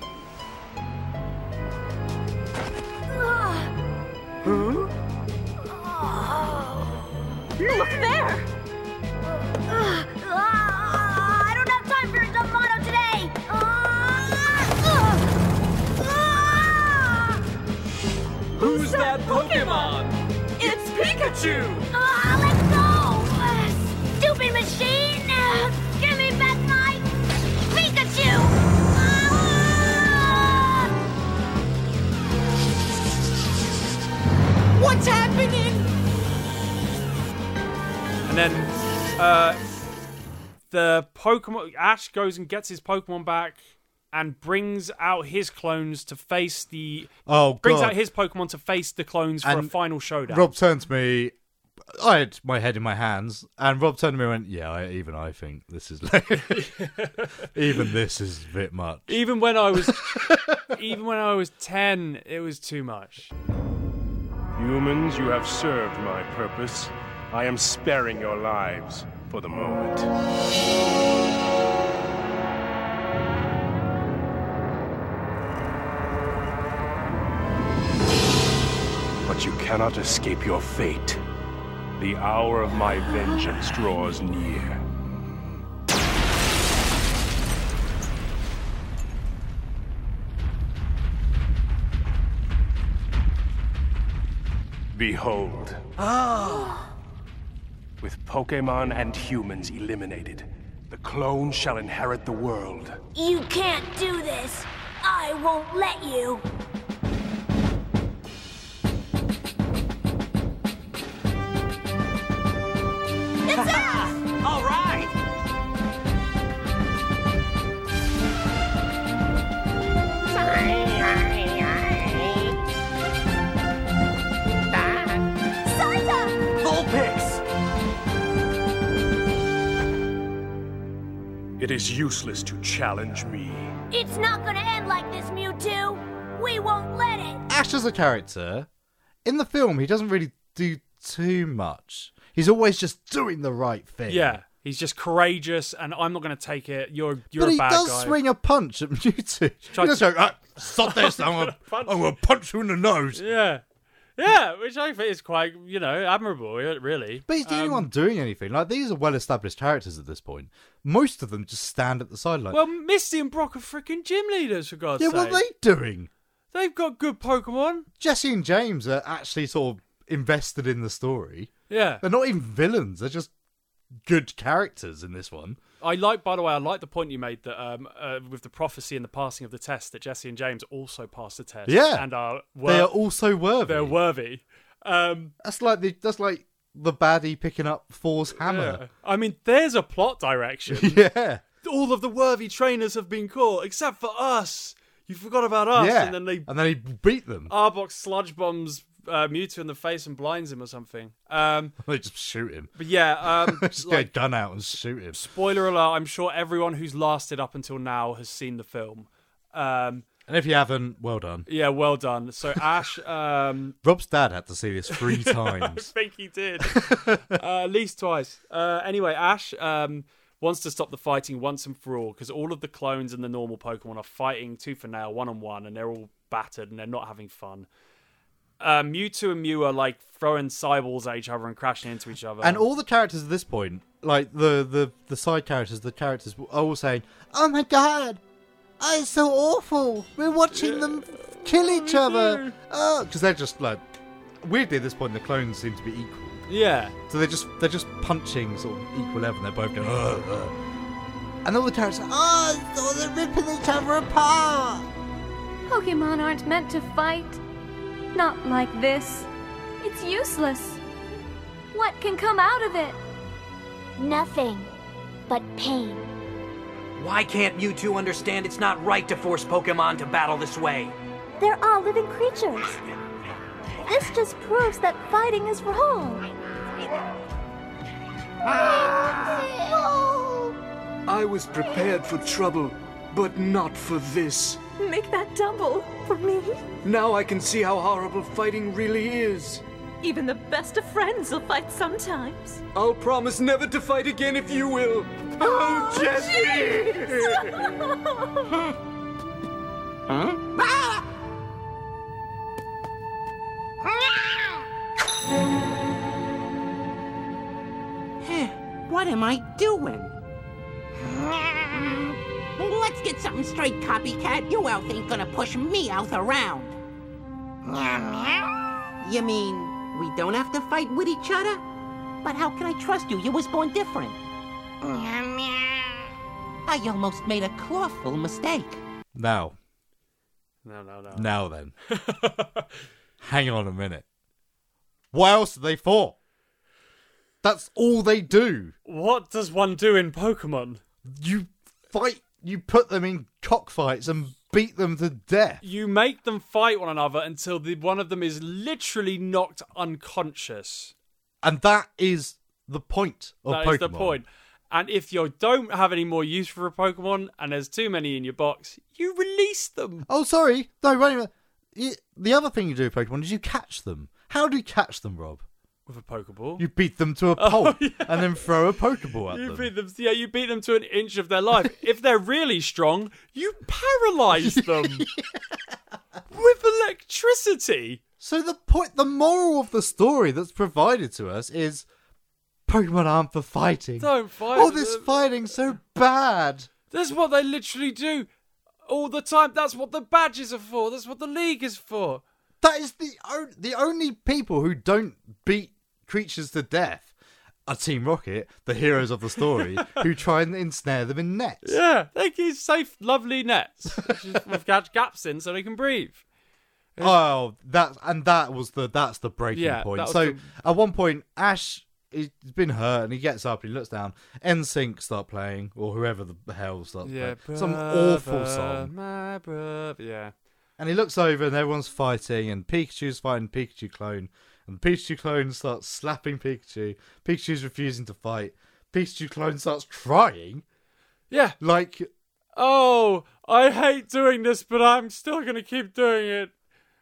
S14: Huh?
S12: Look there! I don't have time for a dumb motto today!
S14: Who's that Pokemon?
S12: It's
S14: Pikachu!
S12: let go! Ah, Stupid machine! Ah, Give me back my Pikachu!
S17: What's happening?
S2: And then uh, the Pokemon Ash goes and gets his Pokemon back and brings out his clones to face the
S1: Oh,
S2: brings
S1: God.
S2: out his Pokemon to face the clones for a
S1: And
S2: final showdown.
S1: Rob turned to me. I had my head in my hands, and Rob turned to me and went, Yeah, I, even I think this is. even this is a bit much.
S2: even when I was even when I was 10, it was too much.
S18: Humans, you have served my purpose. I am sparing your lives for the moment. But you cannot escape your fate. The hour of my vengeance draws near. Behold. With Pokemon and humans eliminated, the clone shall inherit the world.
S12: You can't do this. I won't let you.
S15: It's us! All right!
S18: Vulpix! It is useless to challenge me.
S12: It's not gonna end like this, Mewtwo. We won't let it.
S1: Ash as a character, in the film, he doesn't really do too much. He's always just doing the right thing.
S2: Yeah, he's just courageous, and I'm not going to take it. You're you're
S1: but
S2: a
S1: he
S2: bad
S1: does
S2: guy.
S1: swing a punch at Mewtwo.
S2: Tried
S1: He does
S2: to-
S1: go, "Ah, stop this, I'm going
S2: Punch
S1: to punch you in the nose.
S2: Yeah, yeah, which I think is quite you know admirable, yeah, really.
S1: But he's the only one doing anything. Like, these are well established characters at this point. Most of them just stand at the sideline.
S2: Well, Misty and Brock are freaking gym leaders for God's
S1: yeah,
S2: sake.
S1: what are they doing?
S2: They've got good Pokemon.
S1: Jesse and James are actually sort of invested in the story.
S2: Yeah.
S1: They're not even villains, they're just good characters in this one.
S2: I like, by the way, I like the point you made that um, uh, with the prophecy and the passing of the test, that Jesse and James also passed the test.
S1: Yeah.
S2: and are
S1: they
S2: wor-
S1: are also worthy.
S2: they're worthy. Um,
S1: that's like the that's like the baddie picking up Thor's hammer.
S2: I mean, there's a plot direction.
S1: Yeah.
S2: All of the worthy trainers have been caught, except for us. You forgot about us,
S1: yeah.
S2: and then they Oh.
S1: he beat them.
S2: Arbox sludge bombs uh, Mewtwo in the face and blinds him or something. Um,
S1: they just shoot him.
S2: But yeah, um,
S1: just get a
S2: like,
S1: gun out and shoot him.
S2: spoiler alert, I'm sure everyone who's lasted up until now has seen the film. Um,
S1: And if you haven't, well done.
S2: yeah, well done. So Ash, um,
S1: Rob's dad had to see this three
S2: I
S1: times.
S2: think he did. uh, at least twice. Uh, anyway, Ash um, wants to stop the fighting once and for all because all of the clones and the normal Pokemon are fighting tooth and nail, one on one, and they're all battered and they're not having fun. Uh, Mewtwo and Mew are like throwing cyborgs at each other and crashing into each other.
S1: And all the characters at this point, like the the the side characters, the characters are all saying, "Oh my god, oh, it's so awful. We're watching them kill each other." Oh, because they're just like weirdly at this point, the clones seem to be equal.
S2: Yeah.
S1: So they're just they're just punching sort of equal level. And they're both going, "Ugh, ugh." and all the characters, are, oh, so they're ripping each other apart.
S3: Pokemon aren't meant to fight. Not like this. It's useless. What can come out of it?
S12: Nothing but pain.
S15: Why can't Mewtwo understand it's not right to force Pokemon to battle this way?
S12: They're all living creatures. This just proves that fighting is wrong.
S19: I was prepared for trouble, but not for this.
S20: Make that double for me.
S19: Now I can see how horrible fighting really is.
S20: Even the best of friends will fight sometimes.
S19: I'll promise never to fight again if you will. Oh,
S20: Jesse!
S19: Huh?
S17: what am I doing?
S11: Let's get something straight, copycat. You elf ain't gonna push me out around.
S17: You mean we don't have to fight with each other? But how can I trust you? You was born different. I almost made a clawful mistake.
S1: Now,
S2: No, no, no.
S1: now then, hang on a minute. What else are they for? That's all they do.
S2: What does one do in Pokemon?
S1: You fight. You put them in cockfights and beat them to death.
S2: You make them fight one another until the one of them is literally knocked unconscious.
S1: And that is the point of
S2: That
S1: Pokemon.
S2: is the point. And if you don't have any more use for a Pokemon and there's too many in your box, you release them.
S1: Oh, sorry. No, wait a minute. Y- The other thing you do with Pokemon is you catch them. How do you catch them, Rob?
S2: With a Pokeball.
S1: You beat them to a
S2: Oh,
S1: pulp and then throw a Pokeball at
S2: You
S1: them.
S2: beat them. Yeah, you beat them to an inch of their life. if they're really strong, you paralyze them with electricity.
S1: So the point, the moral of the story that's provided to us is Pokemon aren't for fighting.
S2: Don't fight.
S1: All this
S2: them.
S1: fighting's so bad.
S2: That's what they literally do all the time. That's what the badges are for. That's what the league is for.
S1: That is the on- the only people who don't beat creatures to death are Team Rocket, the heroes of the story, who try and ensnare them in nets.
S2: Yeah, they keep safe, lovely nets with ga- gaps in so they can breathe.
S1: Oh, that and that was the that's the breaking
S2: Yeah,
S1: point.
S2: that was
S1: So
S2: the-
S1: at one point, Ash he's been hurt and he gets up, he looks down, NSYNC start playing or whoever the hell starts
S2: Yeah,
S1: playing some awful
S2: brother,
S1: song,
S2: My brother, yeah.
S1: and he looks over and everyone's fighting and Pikachu's fighting Pikachu clone and Pikachu clone starts slapping Pikachu. Pikachu's refusing to fight. Pikachu clone starts crying.
S2: Yeah,
S1: like
S2: oh, I hate doing this, but I'm still gonna keep doing it.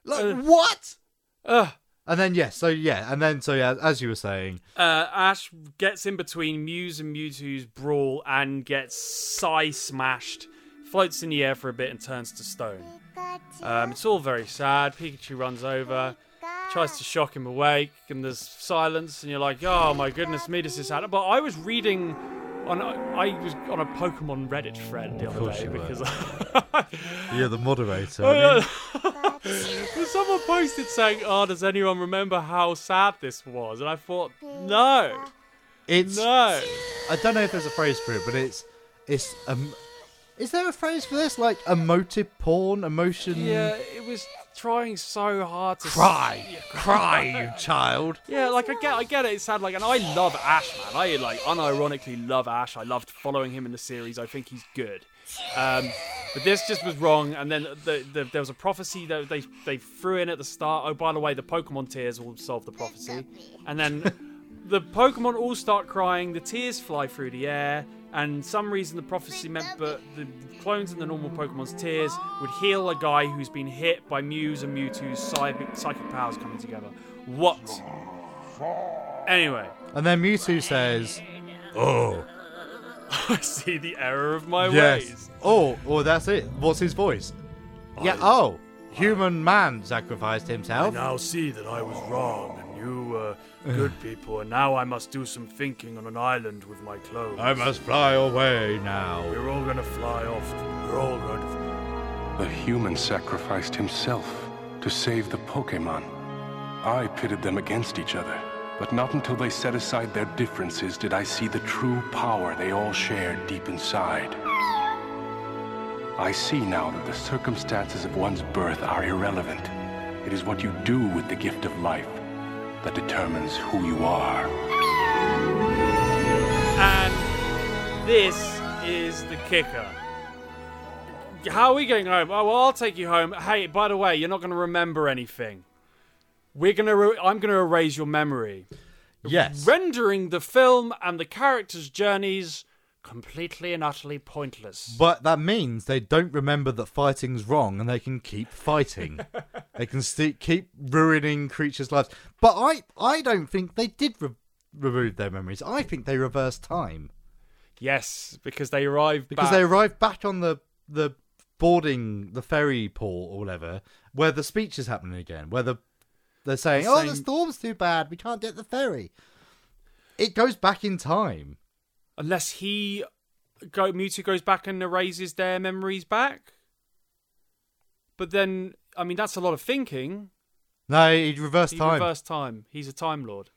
S1: Like what?
S2: Uh,
S1: and then yeah, so yeah, and then so yeah, as you were saying,
S2: Uh, Ash gets in between Mew's and Mewtwo's brawl and gets Psy smashed, floats in the air for a bit and turns to stone. Um, it's all very sad. Pikachu runs over, tries to shock him awake, and there's silence, and you're like, oh my goodness me, this is sad. But I was reading. On, I was on a Pokemon Reddit thread the other
S1: course
S2: day
S1: you were.
S2: because
S1: you're the moderator.
S2: Oh,
S1: aren't you?
S2: yeah. But Someone posted saying, "Oh, does anyone remember how sad this was?" And I thought, "No,
S1: It's
S2: no."
S1: I don't know if there's a phrase for it, but it's it's um. Is there a phrase for this? Like emotive porn, emotion.
S2: Yeah, it was trying so hard to
S1: Cry,
S2: Yeah,
S1: cry, you child.
S2: Yeah, like I get, I get it. It sounded like, and I love Ash, man. I like unironically love Ash. I loved following him in the series. I think he's good. Um, but this just was wrong. And then the, the, there was a prophecy that they they threw in at the start. Oh, by the way, the Pokemon tears will solve the prophecy. And then the Pokemon all start crying. The tears fly through the air. And some reason the prophecy meant that the clones and the normal Pokemon's tears would heal a guy who's been hit by Mew's and Mewtwo's psy- psychic powers coming together. What? Anyway,
S1: And then Mewtwo says, "Oh,
S2: I see the error of my
S1: yes,
S2: ways.
S1: oh, oh, that's it." What's his voice? yeah, oh, human man sacrificed
S15: I
S1: himself.
S15: now see that I was wrong, and you uh, good people, and now I must do some thinking on an island with my clothes.
S1: I must fly away now.
S15: We're all gonna fly off. We're all gonna.
S18: The human sacrificed himself to save the Pokemon. I pitted them against each other, but not until they set aside their differences did I see the true power they all shared deep inside. I see now that the circumstances of one's birth are irrelevant. It is what you do with the gift of life that determines who you are.
S2: And this is the kicker. How are we going home? Oh, well, I'll take you home. Hey, by the way, you're not going to remember anything. We're gonna. Re- I'm gonna erase your memory.
S1: Yes.
S2: Rendering the film and the characters' journeys completely and utterly pointless.
S1: But that means they don't remember that fighting's wrong and they can keep fighting. they can st- keep ruining creatures' lives. But I, I don't think they did re- remove their memories. I think they reversed time
S2: Yes, because they arrived
S1: because
S2: back.
S1: they arrived back on the the boarding the ferry port or whatever where the speech is happening again where the they're saying
S2: The
S1: oh the
S2: same-
S1: storm's too bad we can't get the ferry it goes back in time
S2: unless he go Mewtwo goes back and erases their memories back. But then, I mean, that's a lot of thinking.
S1: no it reversed
S2: he
S1: time
S2: reversed time. He's a time lord.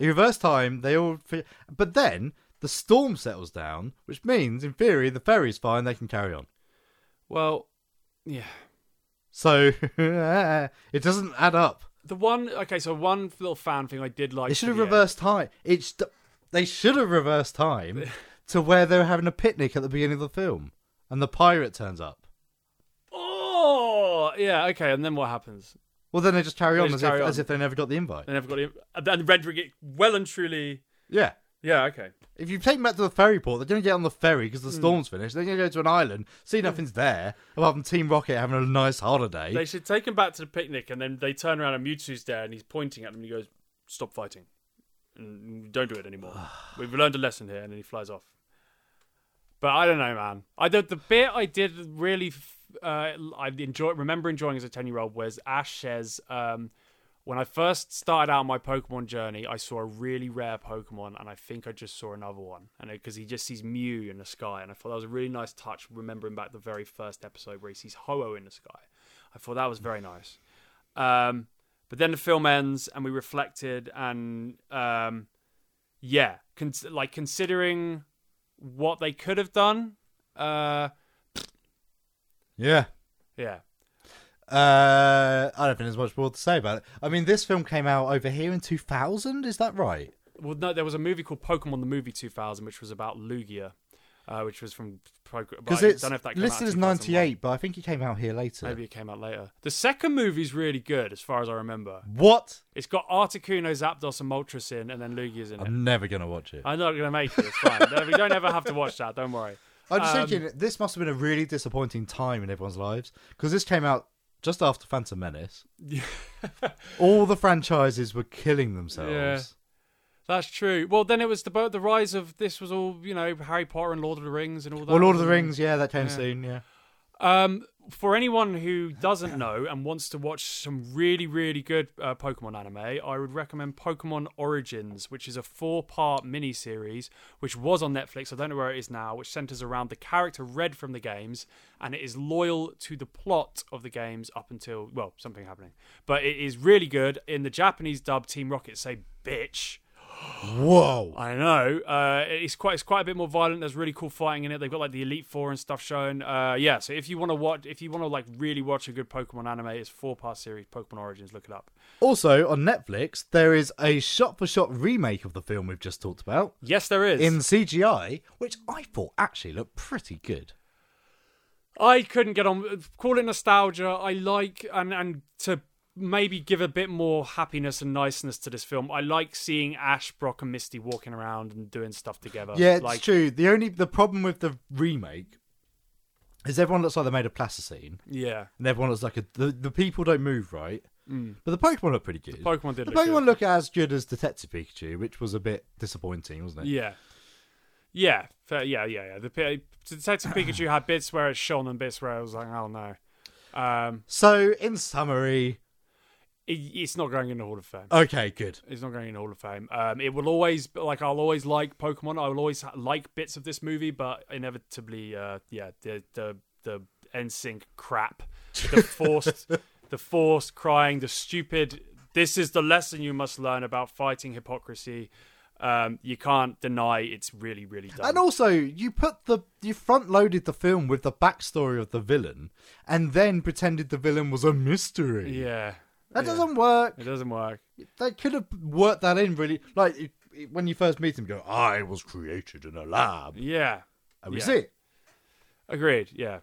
S1: In reverse time, they all. Fi- but then the storm settles down, which means, in theory, the ferry's fine. They can carry on.
S2: Well, yeah.
S1: So it doesn't add up.
S2: The one, okay, so one little fan thing I did like.
S1: They should
S2: to
S1: have
S2: the
S1: reversed time. It's d they should have reversed time to where they were having a picnic at the beginning of the film, and the pirate turns up.
S2: end. Oh, yeah, okay. And then what happens?
S1: Well, then they just carry,
S2: They
S1: on,
S2: just
S1: as
S2: carry
S1: if,
S2: on.
S1: as if they never got the invite.
S2: They never got it. And Rendrick well and truly
S1: Yeah,
S2: Yeah, okay.
S1: If you take them back to the ferry port, they're going to get on the ferry because the
S2: Mm.
S1: storm's finished. They're going to go to an island, see nothing's there, apart from Team Rocket having a nice holiday.
S2: They should take him back to the picnic, and then they turn around and Mewtwo's there, and he's pointing at them, and he goes, "Stop fighting, and don't do it anymore. We've learned a lesson here." And then he flies off. But I don't know, man. I the, the bit I did really, f- uh, I enjoy. Remember enjoying as a ten-year-old was Ash says, um, "When I first started out my Pokemon journey, I saw a really rare Pokemon, and I think I just saw another one." And because he just sees Mew in the sky, and I thought that was a really nice touch. Remembering back the very first episode where he sees Ho-Oh in the sky, I thought that was very nice. Um, but then the film ends, and we reflected, and um, yeah, con- like considering what they could have done. Uh,
S1: yeah.
S2: yeah,
S1: Uh, I don't think there's much more to say about it. I mean, this film came out over here in 2000, is that right?
S2: Well, no, there was a movie called Pokemon the Movie 2000, which was about Lugia, uh, which was from Pokemon.
S1: Because
S2: I
S1: it's
S2: don't know if that came out
S1: listed
S2: in
S1: as uh.
S2: 2001.
S1: 98, but I think it came out here later.
S2: Maybe it came out later. The second movie's really good, as far as I remember.
S1: What?
S2: It's got Articuno, Zapdos, and Moltres in, and then Lugia's in it.
S1: I'm never going to watch it.
S2: I'm not going to make it. It's fine. No, we don't ever have to watch that. Don't worry.
S1: I'm just
S2: Um,
S1: thinking, this must have been a really disappointing time in everyone's lives because this came out just after Phantom Menace. All the franchises were killing themselves.
S2: Yeah. That's true. Well, then it was the bo- the rise of this was all you know Harry Potter and Lord of the Rings and all that.
S1: Well, Lord of the
S2: wasn't it?
S1: Rings, yeah, that came soon, yeah.
S2: Um, for anyone who doesn't know and wants to watch some really, really good uh, Pokemon anime, I would recommend Pokemon Origins, which is a four-part mini-series which was on Netflix. I don't know where it is now. Which centers around the character Red from the games, and it is loyal to the plot of the games up until well, something happening. But it is really good. In the Japanese dub, Team Rocket say "bitch."
S1: Whoa.
S2: I know. Uh, it's quite it's quite a bit more violent. There's really cool fighting in it. They've got like the Elite Four and stuff shown. Uh, yeah. So if you want to watch, if you want to like really watch a good Pokemon anime, it's four part series Pokemon Origins. Look it up.
S1: Also, on Netflix, there is a shot for shot remake of the film we've just talked about.
S2: Yes, there is.
S1: In CGI, which I thought actually looked pretty good.
S2: I couldn't get on. Call it nostalgia. I like and and to maybe give a bit more happiness and niceness to this film. I like seeing Ash, Brock, and Misty walking around and doing stuff together.
S1: yeah, it's
S2: like,
S1: true. The only the problem with the remake is everyone looks like they're made of plasticine.
S2: Yeah.
S1: And everyone looks like a, the, the people don't move right.
S2: Mm.
S1: But the Pokemon look pretty good.
S2: Pokemon did
S1: The
S2: look
S1: Pokemon look as good as Detective Pikachu, which was a bit disappointing, wasn't it?
S2: Yeah. Yeah, fair, yeah, yeah, yeah. The P- Detective Pikachu had bits where it shone and bits where I was like, oh no. Um,
S1: so, in summary,
S2: it, it's not going in the Hall of Fame.
S1: Okay, good.
S2: It's not going in the Hall of Fame. Um, it will always like I'll always like Pokemon. I will always ha- like bits of this movie, but inevitably, uh, yeah, the the the NSYNC crap, the forced, the forced crying, the stupid. This is the lesson you must learn about fighting hypocrisy. Um, you can't deny it's really, really dumb.
S1: And also, you put the you front loaded the film with the backstory of the villain, and then pretended the villain was a mystery.
S2: Yeah.
S1: That doesn't work.
S2: It doesn't work.
S1: They could have worked that in really, like it- it- when you first meet him, go, "I was created in a lab."
S2: Yeah.
S1: and we
S2: Yeah.
S1: see it.
S2: Agreed. Yeah.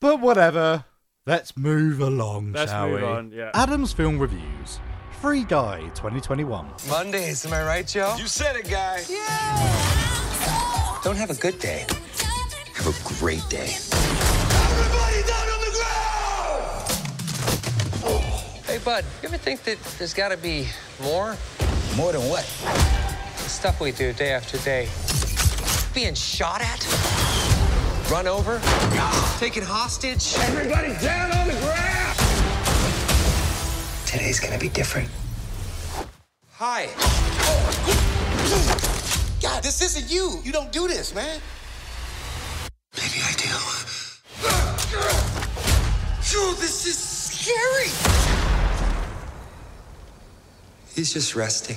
S1: But whatever. Let's move along,
S2: Let's
S1: shall
S2: move
S1: we?
S2: on, yeah.
S1: Adam's film reviews. Free Guy 2021.
S7: Mondays, am I right, Joe? You said it, guy. Yeah. Don't have a good day. Have a great day.
S21: Everybody down on the ground!
S7: Hey, bud, you ever think that there's got to be more? More than what? The stuff we do day after day. Being shot at, run over, taken hostage. Everybody down on the ground! Today's gonna be different. Hi.
S22: God, this isn't you. You don't do this, man.
S7: Yo, this is scary! He's just resting.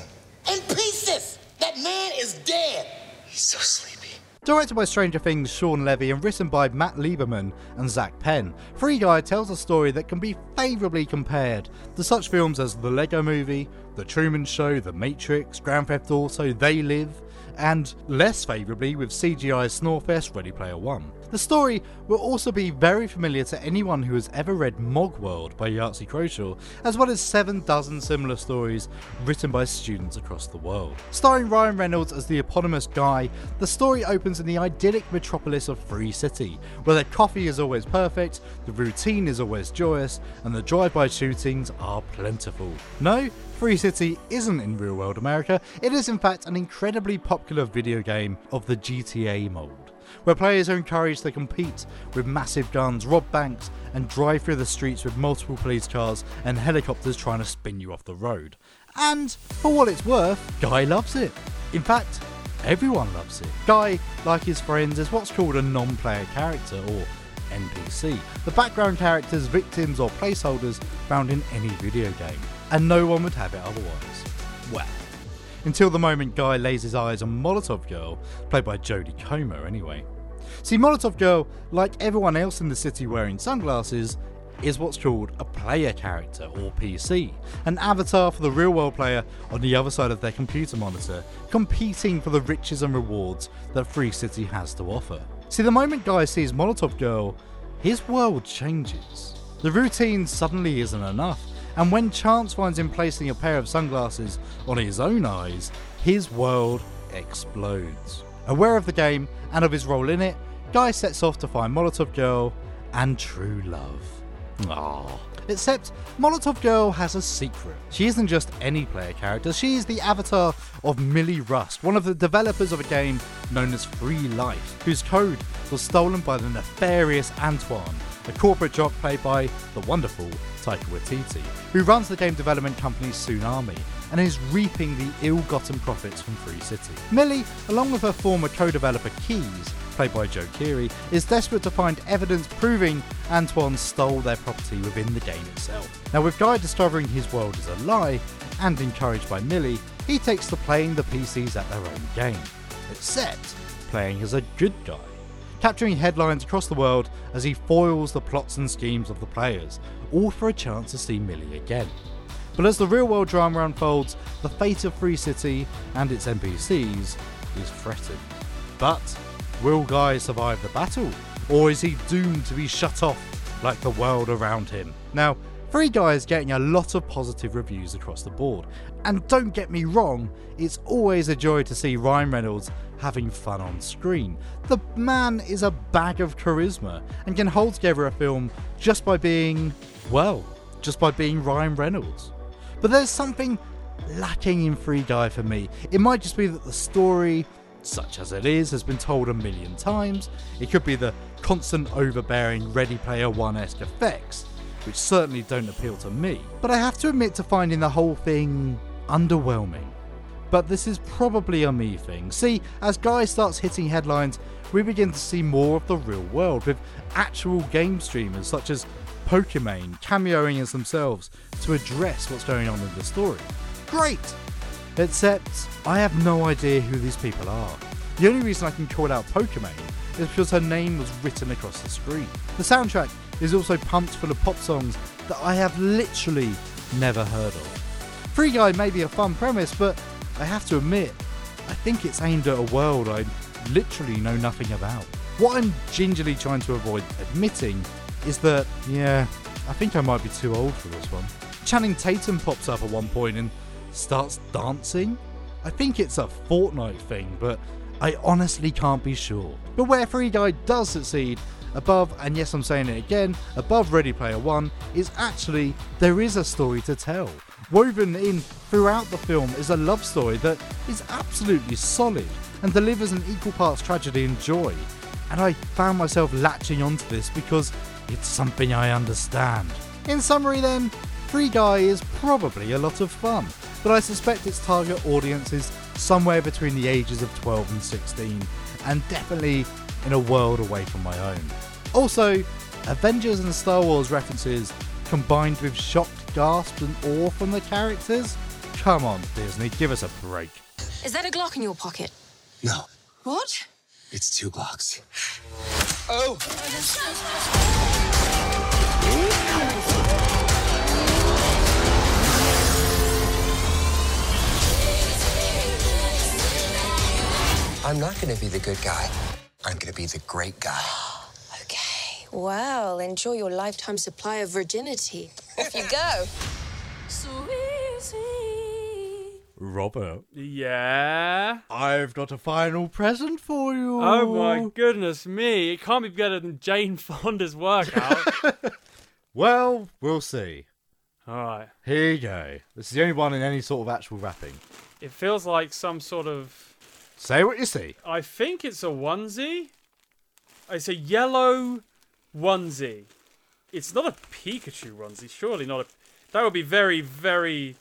S22: In pieces. That man is dead.
S7: He's so sleepy.
S1: Directed by Stranger Things' Sean Levy and written by Matt Lieberman and Zach Penn, Free Guy tells a story that can be favourably compared to such films as The Lego Movie, The Truman Show, The Matrix, Grand Theft Auto, They Live, and less favourably with CGI's Snorefest Ready Player One. The The story will also be very familiar to anyone who has ever read Mogworld by Yahtzee Crocial, as well as seven dozen similar stories written by students across the world. Starring Ryan Reynolds as the eponymous guy, the story opens in the idyllic metropolis of Free City, where the coffee is always perfect, the routine is always joyous, and the drive-by shootings are plentiful. No, Free City isn't in real world America, it is in fact an incredibly popular video game of the GTA mold, where players are encouraged to compete with massive guns, rob banks, and drive through the streets with multiple police cars and helicopters trying to spin you off the road. And for what it's worth, Guy loves it. In fact, everyone loves it. Guy, like his friends, is what's called a non player character or NPC, the background characters, victims, or placeholders found in any video game, and no one would have it otherwise. Well, until the moment Guy lays his eyes on Molotov Girl, played by Jodie Comer, anyway. See, Molotov Girl, like everyone else in the city wearing sunglasses, is what's called a player character or PC, an avatar for the real world player on the other side of their computer monitor, competing for the riches and rewards that Free City has to offer. See, the moment Guy sees Molotov Girl, his world changes. The routine suddenly isn't enough, and when Chance finds him placing a pair of sunglasses on his own eyes, his world explodes. Aware of the game and of his role in it, Guy sets off to find Molotov Girl and true love. Ah. Except Molotov Girl has a secret. She isn't just any player character, she is the avatar of Millie Rust, one of the developers of a game known as Free Life, whose code was stolen by the nefarious Antoine, a corporate jock played by the wonderful Taika Waititi, who runs the game development company Tsunami and is reaping the ill-gotten profits from Free City. Millie, along with her former co-developer Keys, played by Joe Keery, is desperate to find evidence proving Antoine stole their property within the game itself. Now, with Guy discovering his world is a lie, and encouraged by Millie, he takes to playing the PCs at their own game, except playing as a good guy capturing headlines across the world as he foils the plots and schemes of the players, all for a chance to see Millie again. But as the real world drama unfolds, the fate of Free City and its NPCs is threatened. But will Guy survive the battle? Or is he doomed to be shut off like the world around him? Now, Free Guy is getting a lot of positive reviews across the board. And don't get me wrong, it's always a joy to see Ryan Reynolds having fun on screen. The man is a bag of charisma and can hold together a film just by being, well, just by being Ryan Reynolds. But there's something lacking in Free Guy for me. It might just be that the story, such as it is, has been told a million times. It could be the constant overbearing Ready Player One esque effects which certainly don't appeal to me. But I have to admit to finding the whole thing underwhelming. But this is probably a me thing. See, as Guy starts hitting headlines, we begin to see more of the real world, with actual game streamers such as Pokimane cameoing as themselves to address what's going on in the story. Great! Except, I have no idea who these people are. The only reason I can call out Pokimane is because her name was written across the screen. The soundtrack is also pumped full of pop songs that I have literally never heard of. Free Guy may be a fun premise, but I have to admit, I think it's aimed at a world I literally know nothing about. What I'm gingerly trying to avoid admitting is that, yeah, I think I might be too old for this one. Channing Tatum pops up at one point and starts dancing. I think it's a Fortnite thing, but I honestly can't be sure. But where Free Guy does succeed, above, and yes, I'm saying it again, above Ready Player One, is actually there is a story to tell. Woven in throughout the film is a love story that is absolutely solid and delivers an equal parts tragedy and joy. And I found myself latching onto this because it's something I understand. In summary, then, Free Guy is probably a lot of fun, but I suspect its target audience is somewhere between the ages of 12 and 16, and definitely in a world away from my own. Also, Avengers and Star Wars references combined with shocked gasps and awe from the characters? Come on, Disney, give us a break.
S4: Is that a Glock in your pocket?
S1: No.
S4: What?
S1: It's two blocks.
S4: Oh!
S7: I'm not gonna be the good guy. I'm gonna be the great guy.
S4: Well, enjoy your lifetime supply of virginity. Off you go.
S1: Robert.
S2: Yeah.
S1: I've got a final present for you.
S2: Oh my goodness me! It can't be better than Jane Fonda's workout.
S1: Well, we'll see.
S2: All right.
S1: Here you go. This is the only one in any sort of actual wrapping.
S2: it feels like some sort of.
S1: Say what you see.
S2: I think it's a onesie. It's a yellow onesie. It's not a Pikachu onesie, surely not a. That would be very, very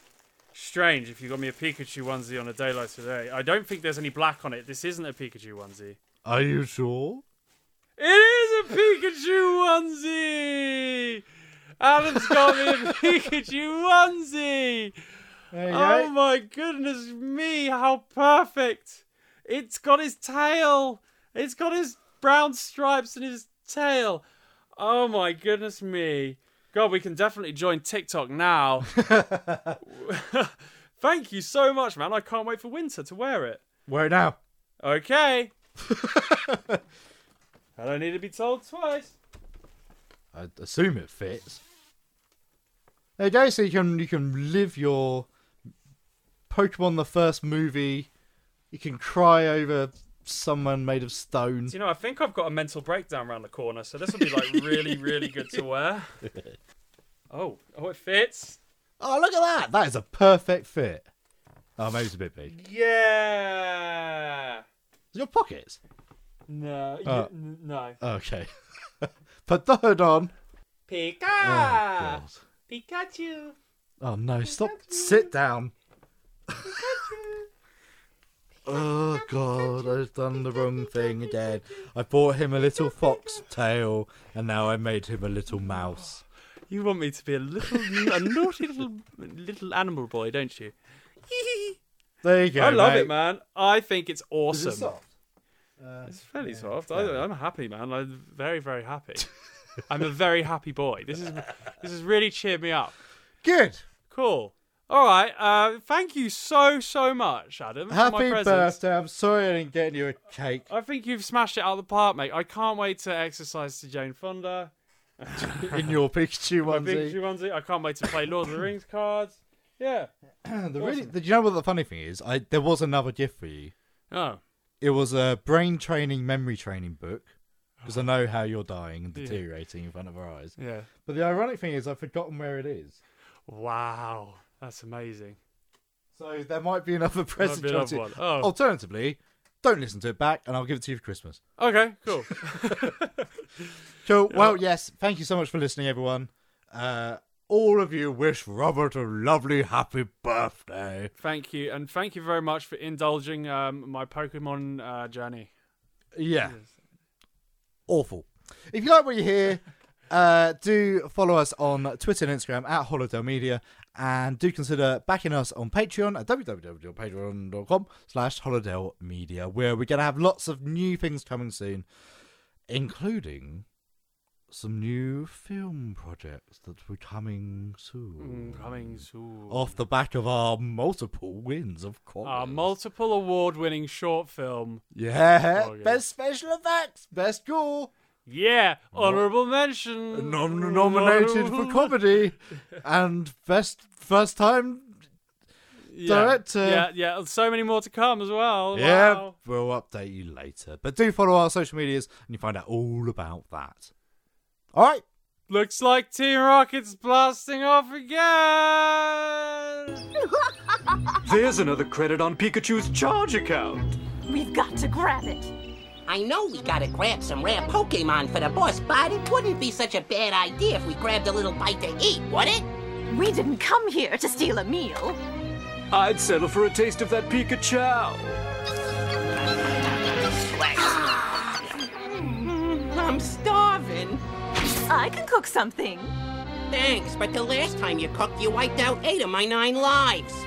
S2: strange if you got me a Pikachu onesie on a day like today. I don't think there's any black on it. This isn't a Pikachu onesie.
S1: Are you sure?
S2: It is a Pikachu onesie! Adam's got me a Pikachu onesie!
S1: you
S2: oh
S1: go.
S2: my goodness me, how perfect! It's got his tail! It's got his brown stripes and his tail! Oh my goodness me. God, we can definitely join TikTok now. Thank you so much, man. I can't wait for winter to wear it.
S1: Wear it now.
S2: Okay. I don't need to be told twice.
S1: I assume it fits. There you go. So you can you can live your Pokemon the first movie. You can cry over someone made of stone.
S2: Do you know, I think I've got a mental breakdown around the corner, so this would be like really, really good to wear. Oh, oh, it fits.
S1: Oh, look at that! That is a perfect fit. Oh, maybe it's a bit big.
S2: Yeah.
S1: Your pockets.
S2: No, you-
S1: Uh,
S2: n- no.
S1: Okay. Put the hood on.
S2: Pika.
S1: Oh,
S2: Ah.
S1: God.
S2: Pikachu.
S1: Oh no! Stop. Sit down. oh god! I've done the wrong thing again. I bought him a little fox tail, and now I made him a little mouse.
S2: You want me to be a little, a naughty little, little animal boy, don't you?
S1: There you go.
S2: I love
S1: mate.
S2: it, man. I think it's awesome.
S1: soft?
S2: it's fairly soft. I, I'm happy, man. I'm very, very happy. I'm a very happy boy. This is this has really cheered me up.
S1: Good.
S2: Cool. All right. Uh, thank you so so much, Adam. for my
S1: Happy
S2: presents.
S1: birthday! I'm sorry I didn't get you a cake.
S2: I think you've smashed it out of the park, mate. I can't wait to exercise to Jane Fonda.
S1: In your Pikachu
S2: My
S1: onesie.
S2: Pikachu onesie. I can't wait to play Lord of the Rings cards. Yeah.
S1: the really, do you know what the funny thing is? I there was another gift for you.
S2: Oh.
S1: It was a brain training, memory training book. Because I know how you're dying and
S2: Yeah.
S1: deteriorating in front of our eyes.
S2: Yeah.
S1: But the ironic thing is, I've forgotten where it is.
S2: Wow, that's amazing.
S1: So there might be another present.
S2: be another
S1: Chauncey.
S2: one. Oh.
S1: Alternatively, don't listen to it back, and I'll give it to you for Christmas.
S2: Okay, cool.
S1: Cool. Well, yes. Thank you so much for listening, everyone. Uh, all of you wish Robert a lovely, happy birthday.
S2: thank you, and thank you very much for indulging um, my Pokemon uh, journey.
S1: Yeah. Awful. If you like what you hear, uh, do follow us on Twitter and Instagram at Holodale Media, and do consider backing us on Patreon at www.patreon.com slash Holodale Media, where we're going to have lots of new things coming soon, including some new film projects that were coming soon.
S2: Mm, Coming soon.
S1: Off the back of our multiple wins, of course.
S2: Our multiple award-winning short film.
S1: yeah.
S2: Oh, yeah.
S1: Best special effects, best gore.
S2: Yeah, honorable mention.
S1: nom- nominated for comedy and best first time
S2: Yeah,
S1: director.
S2: Yeah, yeah, so many more to come as well.
S1: Yeah,
S2: Oh, Wow.
S1: we'll update you later. But do follow our social medias and you find out all about that. All right.
S2: Looks like Team Rocket's blasting off again.
S5: There's another credit on Pikachu's charge account.
S20: We've got to grab it.
S9: I know we gotta grab some rare Pokemon for the boss, but it wouldn't be such a bad idea if we grabbed a little bite to eat, would it?
S20: We didn't come here to steal a meal.
S5: I'd settle for a taste of that Pikachu.
S9: I'm starving.
S20: I can cook something.
S9: Thanks, but the last time you cooked, you wiped out eight of my nine lives.